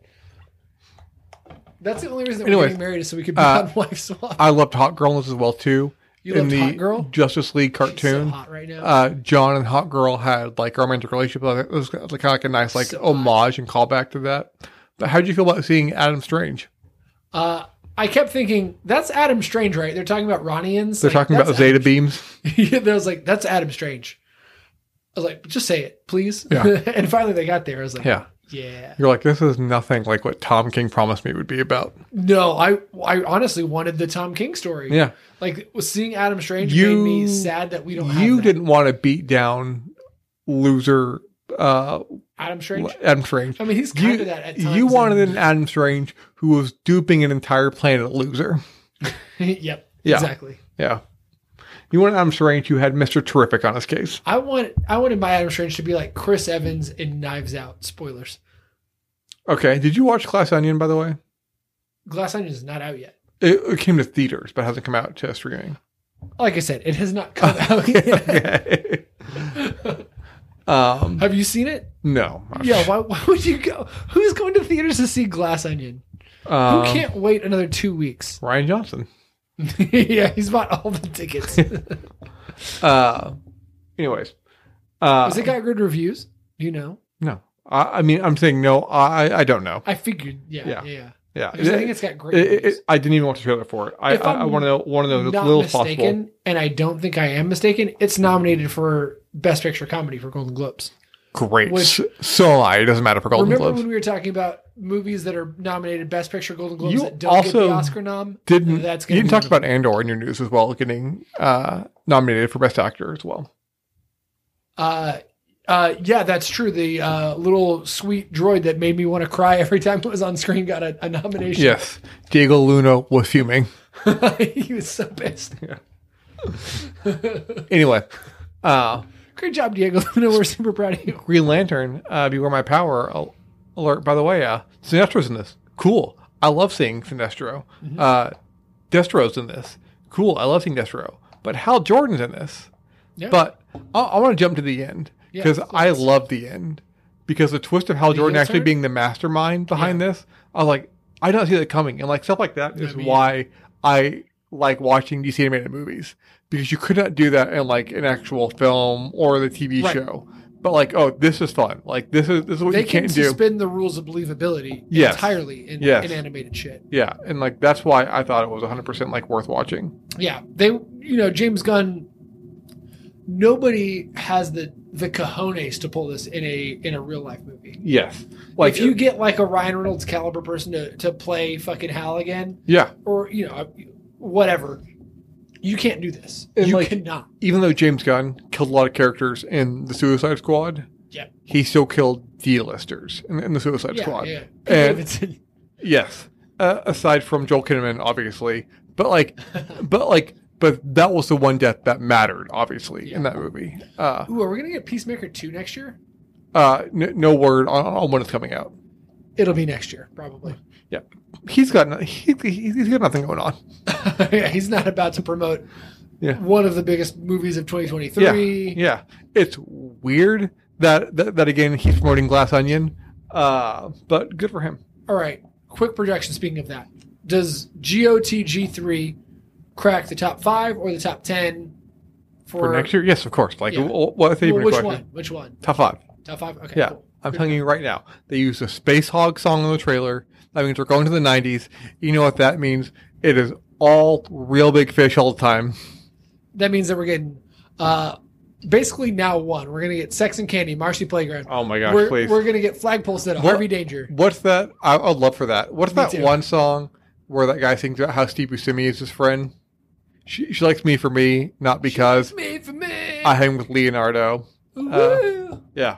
Speaker 2: That's the only reason that we're
Speaker 1: Anyways,
Speaker 2: getting married is so we could be
Speaker 1: uh,
Speaker 2: on wife swap.
Speaker 1: I loved Hot Girlness as well too.
Speaker 2: You
Speaker 1: In
Speaker 2: loved
Speaker 1: the
Speaker 2: Hot Girl?
Speaker 1: Justice League
Speaker 2: so
Speaker 1: cartoon,
Speaker 2: hot right now.
Speaker 1: uh, John and Hot Girl had like a romantic relationship. It was kind of like a nice like
Speaker 2: So hot.
Speaker 1: homage and callback to that. But how did you feel about seeing Adam Strange?
Speaker 2: Uh, I kept thinking that's Adam Strange, right? They're talking about Ronians.
Speaker 1: They're talking about Zeta beams.
Speaker 2: Beam. I was like, that's Adam Strange. I was like, just say it, please.
Speaker 1: Yeah.
Speaker 2: and finally, they got there. I was like, yeah.
Speaker 1: Yeah, you're like this is nothing like what Tom King promised me it would be about.
Speaker 2: No, I I honestly wanted the Tom King story.
Speaker 1: Yeah,
Speaker 2: Like seeing Adam Strange
Speaker 1: You-
Speaker 2: made me sad that we don't. have
Speaker 1: you
Speaker 2: that.
Speaker 1: didn't want to beat down loser uh,
Speaker 2: Adam Strange.
Speaker 1: Adam Strange.
Speaker 2: I mean, he's kind
Speaker 1: You,
Speaker 2: of that at times.
Speaker 1: you wanted
Speaker 2: and-
Speaker 1: an Adam Strange who was duping an entire planet loser.
Speaker 2: yep.
Speaker 1: Yeah.
Speaker 2: Exactly.
Speaker 1: Yeah. You want an Adam Strange who had Mr. Terrific on his case.
Speaker 2: I want I wanted my Adam Strange to be like Chris Evans in Knives Out. Spoilers.
Speaker 1: Okay. Did you watch Glass Onion, by the way?
Speaker 2: Glass Onion is not out yet.
Speaker 1: It, it came to theaters, but hasn't come out to streaming.
Speaker 2: Like I said, it has not come out yet.
Speaker 1: Okay. um,
Speaker 2: Have you seen it?
Speaker 1: no.
Speaker 2: Yeah, why, why would you go? Who's going to theaters to see Glass Onion? Who
Speaker 1: Um,
Speaker 2: can't wait another two weeks?
Speaker 1: Ryan Johnson.
Speaker 2: yeah, he's bought all the tickets. Has
Speaker 1: Uh, anyways. Uh,
Speaker 2: it got good reviews? You know,
Speaker 1: no. I, I mean, I'm saying no. I, I don't know.
Speaker 2: I figured. Yeah, yeah.
Speaker 1: Yeah. Uh,
Speaker 2: yeah.
Speaker 1: Yeah.
Speaker 2: 'Cause I think it's got great.
Speaker 1: It- it-
Speaker 2: reviews.
Speaker 1: it- I didn't even watch the trailer for it. I,
Speaker 2: If
Speaker 1: I, I
Speaker 2: I'm
Speaker 1: want to know, want to know as
Speaker 2: Not
Speaker 1: little as
Speaker 2: mistaken,
Speaker 1: possible.
Speaker 2: and I don't think I am mistaken. It's nominated for Best Picture Comedy for Golden Globes.
Speaker 1: Great.
Speaker 2: Which-
Speaker 1: S- so am I. It doesn't matter for Golden
Speaker 2: Remember
Speaker 1: Globes.
Speaker 2: when we were talking about movies that are nominated Best Picture Golden Globes
Speaker 1: You
Speaker 2: that don't get
Speaker 1: also
Speaker 2: the Oscar nom?
Speaker 1: didn't
Speaker 2: That's
Speaker 1: you
Speaker 2: gonna
Speaker 1: didn't
Speaker 2: be
Speaker 1: talk
Speaker 2: one
Speaker 1: about
Speaker 2: of
Speaker 1: Andor in your news as well, getting uh, nominated for Best Actor as well.
Speaker 2: Uh, uh, yeah, that's true. The uh, little sweet droid that made me want to cry every time it was on screen got a, a nomination.
Speaker 1: Yes, Diego Luna was fuming.
Speaker 2: he was so pissed.
Speaker 1: Anyway, uh,
Speaker 2: Great job, Diego Luna. We're super proud of you.
Speaker 1: Green Lantern, uh, Beware My Power al- alert. By the way, uh, Sinestro's in this. Cool. I love seeing Sinestro.
Speaker 2: Mm-hmm.
Speaker 1: Uh, Destro's in this. Cool. I love seeing Destro. But Hal Jordan's in this.
Speaker 2: Yeah.
Speaker 1: But I, I want to jump to the end
Speaker 2: Yeah,
Speaker 1: because
Speaker 2: let's-
Speaker 1: I love the end because the twist of Hal Jordan
Speaker 2: heel
Speaker 1: actually
Speaker 2: turn?
Speaker 1: being the mastermind behind this. I was like, I don't see that coming, and like stuff like that is
Speaker 2: Yeah, me
Speaker 1: why I like watching DC animated movies because you could not do that in like an actual film or the TV
Speaker 2: Right.
Speaker 1: show. But like, oh, this is fun. Like this is this is what
Speaker 2: They
Speaker 1: you
Speaker 2: can
Speaker 1: can't do.
Speaker 2: suspend the rules of believability
Speaker 1: Yes.
Speaker 2: entirely in,
Speaker 1: Yes.
Speaker 2: in animated shit.
Speaker 1: Yeah, and like that's why I thought it was 100 percent like worth watching.
Speaker 2: Yeah, they, you know, James Gunn. Nobody has the the cojones to pull this in a in a real life movie.
Speaker 1: Yes, like uh,
Speaker 2: if you get like a Ryan Reynolds caliber person to, to play fucking Hal again,
Speaker 1: yeah.
Speaker 2: or you know, whatever, you can't do this.
Speaker 1: And,
Speaker 2: you
Speaker 1: like-
Speaker 2: cannot.
Speaker 1: Even though James Gunn killed a lot of characters in the Suicide Squad,
Speaker 2: Yeah.
Speaker 1: he still killed D-listers in, in the Suicide
Speaker 2: Yeah,
Speaker 1: Squad.
Speaker 2: yeah.
Speaker 1: And-
Speaker 2: Davidson.
Speaker 1: Yes. Uh, aside from Joel Kinnaman, obviously, but like, but like, but that was the one death that mattered, obviously, in that movie. Uh,
Speaker 2: Ooh, are we gonna get Peacemaker two next year?
Speaker 1: uh, n- no word on, on when it's coming out.
Speaker 2: It'll be next year, probably.
Speaker 1: He's got no, he, he- he's got nothing going on.
Speaker 2: yeah, he's not about to promote
Speaker 1: Yeah.
Speaker 2: one of the biggest movies of 2023.
Speaker 1: Yeah, it's weird that that, that again he's promoting Glass Onion, uh, but good for him.
Speaker 2: All right, quick projection. Speaking of that, does GOTG3 crack the top five or the top ten for,
Speaker 1: For next year, yes, of course. Like,
Speaker 2: Yeah.
Speaker 1: wh- what if they
Speaker 2: Well,
Speaker 1: even
Speaker 2: which
Speaker 1: question?
Speaker 2: one? Which one?
Speaker 1: Top five.
Speaker 2: Top five. Okay.
Speaker 1: Yeah,
Speaker 2: cool.
Speaker 1: I'm
Speaker 2: Good.
Speaker 1: telling you right now. They used a Space Hog song in the trailer. That means we're going to the 90s. You know what that means? It is all real big fish all the time.
Speaker 2: that means that we're getting uh, basically now one. We're gonna get Sex and Candy, Marcy Playground.
Speaker 1: Oh my gosh,
Speaker 2: we're,
Speaker 1: please.
Speaker 2: we're gonna get Flagpole Set,
Speaker 1: What-
Speaker 2: Harvey Danger.
Speaker 1: What's that? I, I'd love for that. What's
Speaker 2: Me
Speaker 1: that
Speaker 2: too.
Speaker 1: one song where that guy sings about how Steve Buscemi is his friend? She, she likes me for me, not because
Speaker 2: Me for me.
Speaker 1: I uh, hang with Leonardo.
Speaker 2: Woo.
Speaker 1: Yeah.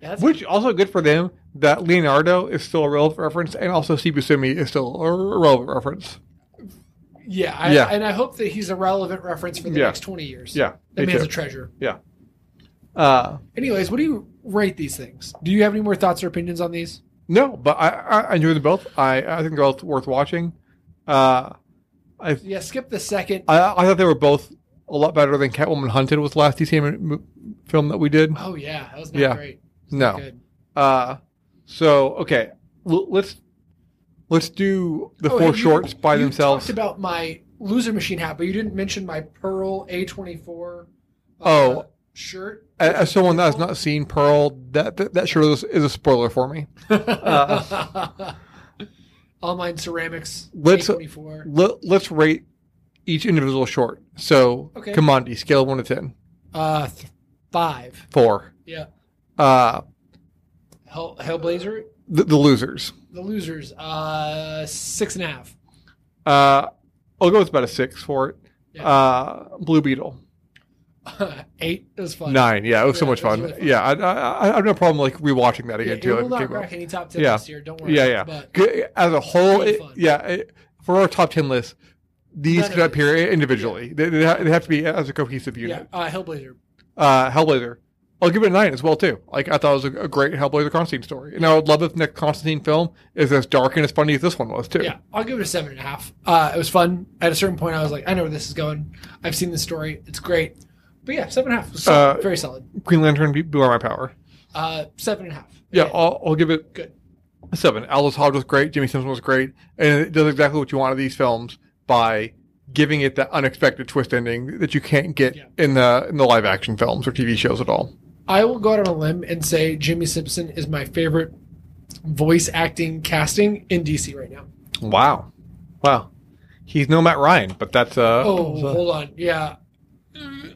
Speaker 2: That's-
Speaker 1: Which also good for them that Leonardo is still a relevant reference and also Steve Buscemi is still a relevant reference.
Speaker 2: yeah, I,
Speaker 1: yeah.
Speaker 2: And I hope that he's a relevant reference for the
Speaker 1: Yeah.
Speaker 2: next twenty years.
Speaker 1: Yeah. me
Speaker 2: that man's a
Speaker 1: too.
Speaker 2: treasure.
Speaker 1: uh,
Speaker 2: Anyways, what do you rate these things? Do you have any more thoughts or opinions on these?
Speaker 1: No, but I, I, I enjoy them both. I, I think they're both worth watching. Uh, I
Speaker 2: Yeah, skip the second.
Speaker 1: I, I thought they were both a lot better than Catwoman Hunted was the last DC m- m- film that we did.
Speaker 2: oh yeah, that was not
Speaker 1: Yeah.
Speaker 2: great.
Speaker 1: No.
Speaker 2: Good.
Speaker 1: Uh, so okay, L- let's let's do the
Speaker 2: Oh,
Speaker 1: four
Speaker 2: and you-
Speaker 1: shorts by
Speaker 2: you
Speaker 1: themselves.
Speaker 2: Talked about my loser machine hat, but you didn't mention my Pearl A twenty four.
Speaker 1: Oh.
Speaker 2: shirt.
Speaker 1: A- As someone that has not seen Pearl, that that, that sure is, is a spoiler for me.
Speaker 2: All mine ceramics.
Speaker 1: Uh. Let's- uh,
Speaker 2: A twenty four.
Speaker 1: Let, let's rate each individual short. So,
Speaker 2: Okay.
Speaker 1: Commandi, scale of one to ten,
Speaker 2: Uh, th- five.
Speaker 1: four.
Speaker 2: Yeah.
Speaker 1: Uh,
Speaker 2: Hell, Hellblazer.
Speaker 1: the, the losers.
Speaker 2: The losers. Uh, six and a half.
Speaker 1: Uh, I'll go with about a six for it. Uh, Blue Beetle.
Speaker 2: Eight. It was fun.
Speaker 1: Nine. Yeah, it was so
Speaker 2: Yeah,
Speaker 1: much
Speaker 2: it was
Speaker 1: fun.
Speaker 2: really fun.
Speaker 1: Yeah, I, I, I- I have no problem like rewatching that
Speaker 2: Yeah,
Speaker 1: again
Speaker 2: it
Speaker 1: too.
Speaker 2: will
Speaker 1: Like,
Speaker 2: not
Speaker 1: came out-
Speaker 2: crack any top ten
Speaker 1: Yeah.
Speaker 2: this year. Don't worry.
Speaker 1: yeah, yeah.
Speaker 2: But
Speaker 1: Good- As a whole,
Speaker 2: Really
Speaker 1: it-
Speaker 2: fun.
Speaker 1: yeah. It, for our top ten list, these
Speaker 2: None
Speaker 1: could
Speaker 2: of
Speaker 1: appear individually. They, they, ha- they have to be as a cohesive
Speaker 2: yeah,
Speaker 1: unit.
Speaker 2: uh, Hellblazer.
Speaker 1: Uh, Hellblazer. I'll give it a nine as well too. Like I thought it was a, a great Hellblazer Constantine story, and I would love if the next Constantine film is as dark and as funny as this one was too.
Speaker 2: Yeah, I'll give it a seven and a half. Uh, it was fun. At a certain point, I was like, I know where this is going. I've seen this story. It's great. But yeah, seven and a half. Was solid,
Speaker 1: Uh,
Speaker 2: very solid.
Speaker 1: Green Lantern, Be- Blue Army Power.
Speaker 2: Uh, seven and a half.
Speaker 1: Yeah, I'll, I'll give it
Speaker 2: Good.
Speaker 1: a seven. Alice Hodge was great. Jimmy Simpson was great, and it does exactly what you want of these films by giving it that unexpected twist ending that you can't get
Speaker 2: Yeah.
Speaker 1: in the in the live action films or TV shows at all.
Speaker 2: I will go out on a limb and say Jimmy Simpson is my favorite voice acting casting in DC right now.
Speaker 1: Wow, wow, he's no Matt Ryan, but that's uh
Speaker 2: Oh, hold on. Yeah.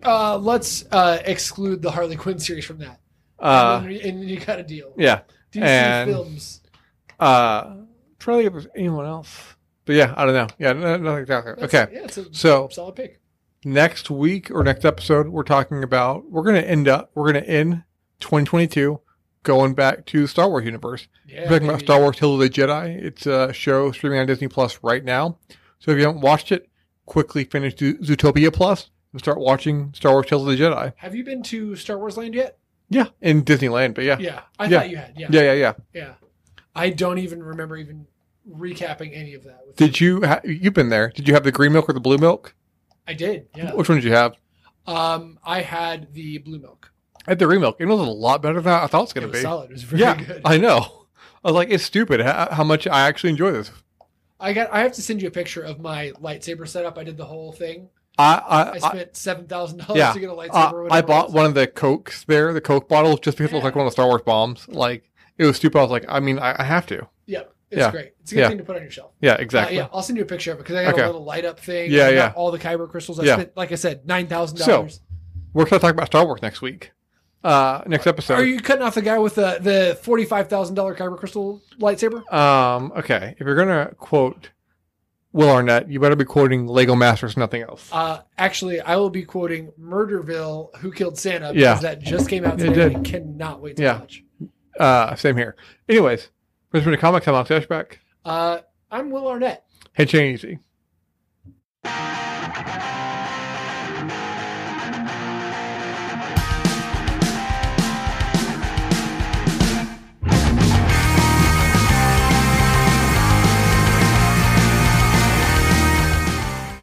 Speaker 2: Uh, let's uh, exclude the Harley Quinn series from that.
Speaker 1: uh,
Speaker 2: and, then, and then you got a deal.
Speaker 1: yeah.
Speaker 2: DC
Speaker 1: and-
Speaker 2: films.
Speaker 1: Uh, trying to think if there's anyone else, but yeah, I don't know. Yeah, no, nothing exactly.
Speaker 2: That's-
Speaker 1: Okay,
Speaker 2: Yeah, it's a
Speaker 1: so
Speaker 2: solid pick.
Speaker 1: next week or next episode, we're talking about we're going to end up we're going to end 2022 going back to the Star Wars universe.
Speaker 2: Yeah,
Speaker 1: We're talking about
Speaker 2: baby.
Speaker 1: Star Wars: Hill of the Jedi. It's a show streaming on Disney Plus right now. So if you haven't watched it, quickly finish Zo- Zootopia Plus and start watching Star Wars: Hill of the Jedi.
Speaker 2: Have you been to Star Wars Land yet?
Speaker 1: Yeah, in Disneyland, but yeah, yeah,
Speaker 2: Yeah, I
Speaker 1: Yeah.
Speaker 2: thought you had. Yeah, yeah,
Speaker 1: yeah, yeah.
Speaker 2: I don't even remember even recapping any of that. With
Speaker 1: Did you ha- you've been there? Did you have the green milk or the blue milk?
Speaker 2: I did. Yeah.
Speaker 1: Which one did you have?
Speaker 2: Um, I had the blue milk.
Speaker 1: I had the green milk. It was a lot better than I thought it was
Speaker 2: It
Speaker 1: going to
Speaker 2: was
Speaker 1: be.
Speaker 2: solid. It was very
Speaker 1: Yeah,
Speaker 2: good. I,
Speaker 1: I know. I was like, it's stupid how, how much I actually enjoy this.
Speaker 2: got. I have to send you a picture of my lightsaber setup. I did the whole thing.
Speaker 1: I I,
Speaker 2: I
Speaker 1: I,
Speaker 2: spent seven thousand
Speaker 1: Yeah.
Speaker 2: dollars to get a lightsaber.
Speaker 1: uh,
Speaker 2: or
Speaker 1: I
Speaker 2: whatever
Speaker 1: bought
Speaker 2: it was.
Speaker 1: one of the cokes there, the Coke bottle, just because it looked
Speaker 2: Yeah.
Speaker 1: like one of the Star Wars bombs. Like it was stupid. I was like, I mean, I, I have to.
Speaker 2: Yeah, it's
Speaker 1: Yeah.
Speaker 2: great. It's a good
Speaker 1: Yeah.
Speaker 2: thing to put on your shelf.
Speaker 1: Yeah, exactly.
Speaker 2: Uh, yeah, I'll send you a picture of it because I got
Speaker 1: Okay.
Speaker 2: a little light up thing.
Speaker 1: Yeah,
Speaker 2: I got
Speaker 1: yeah.
Speaker 2: All the kyber crystals. I
Speaker 1: Yeah.
Speaker 2: spent, like I said, nine thousand dollars.
Speaker 1: So, We're going to talk about Star Wars next week. Uh, next episode.
Speaker 2: Are you cutting off the guy with the the forty five thousand dollar kyber crystal lightsaber?
Speaker 1: um, okay, if you're going to quote Will Arnett, you better be quoting Lego Masters, nothing else.
Speaker 2: Uh, actually, I will be quoting Murderville, Who Killed Santa, because
Speaker 1: Yeah.
Speaker 2: that just came out
Speaker 1: It
Speaker 2: today.
Speaker 1: did.
Speaker 2: I cannot wait to
Speaker 1: Yeah.
Speaker 2: watch.
Speaker 1: Uh, same here. Anyways, Brisbane Comics, I'm Alex Ashback.
Speaker 2: Uh, I'm Will Arnett.
Speaker 1: Hey, chain easy.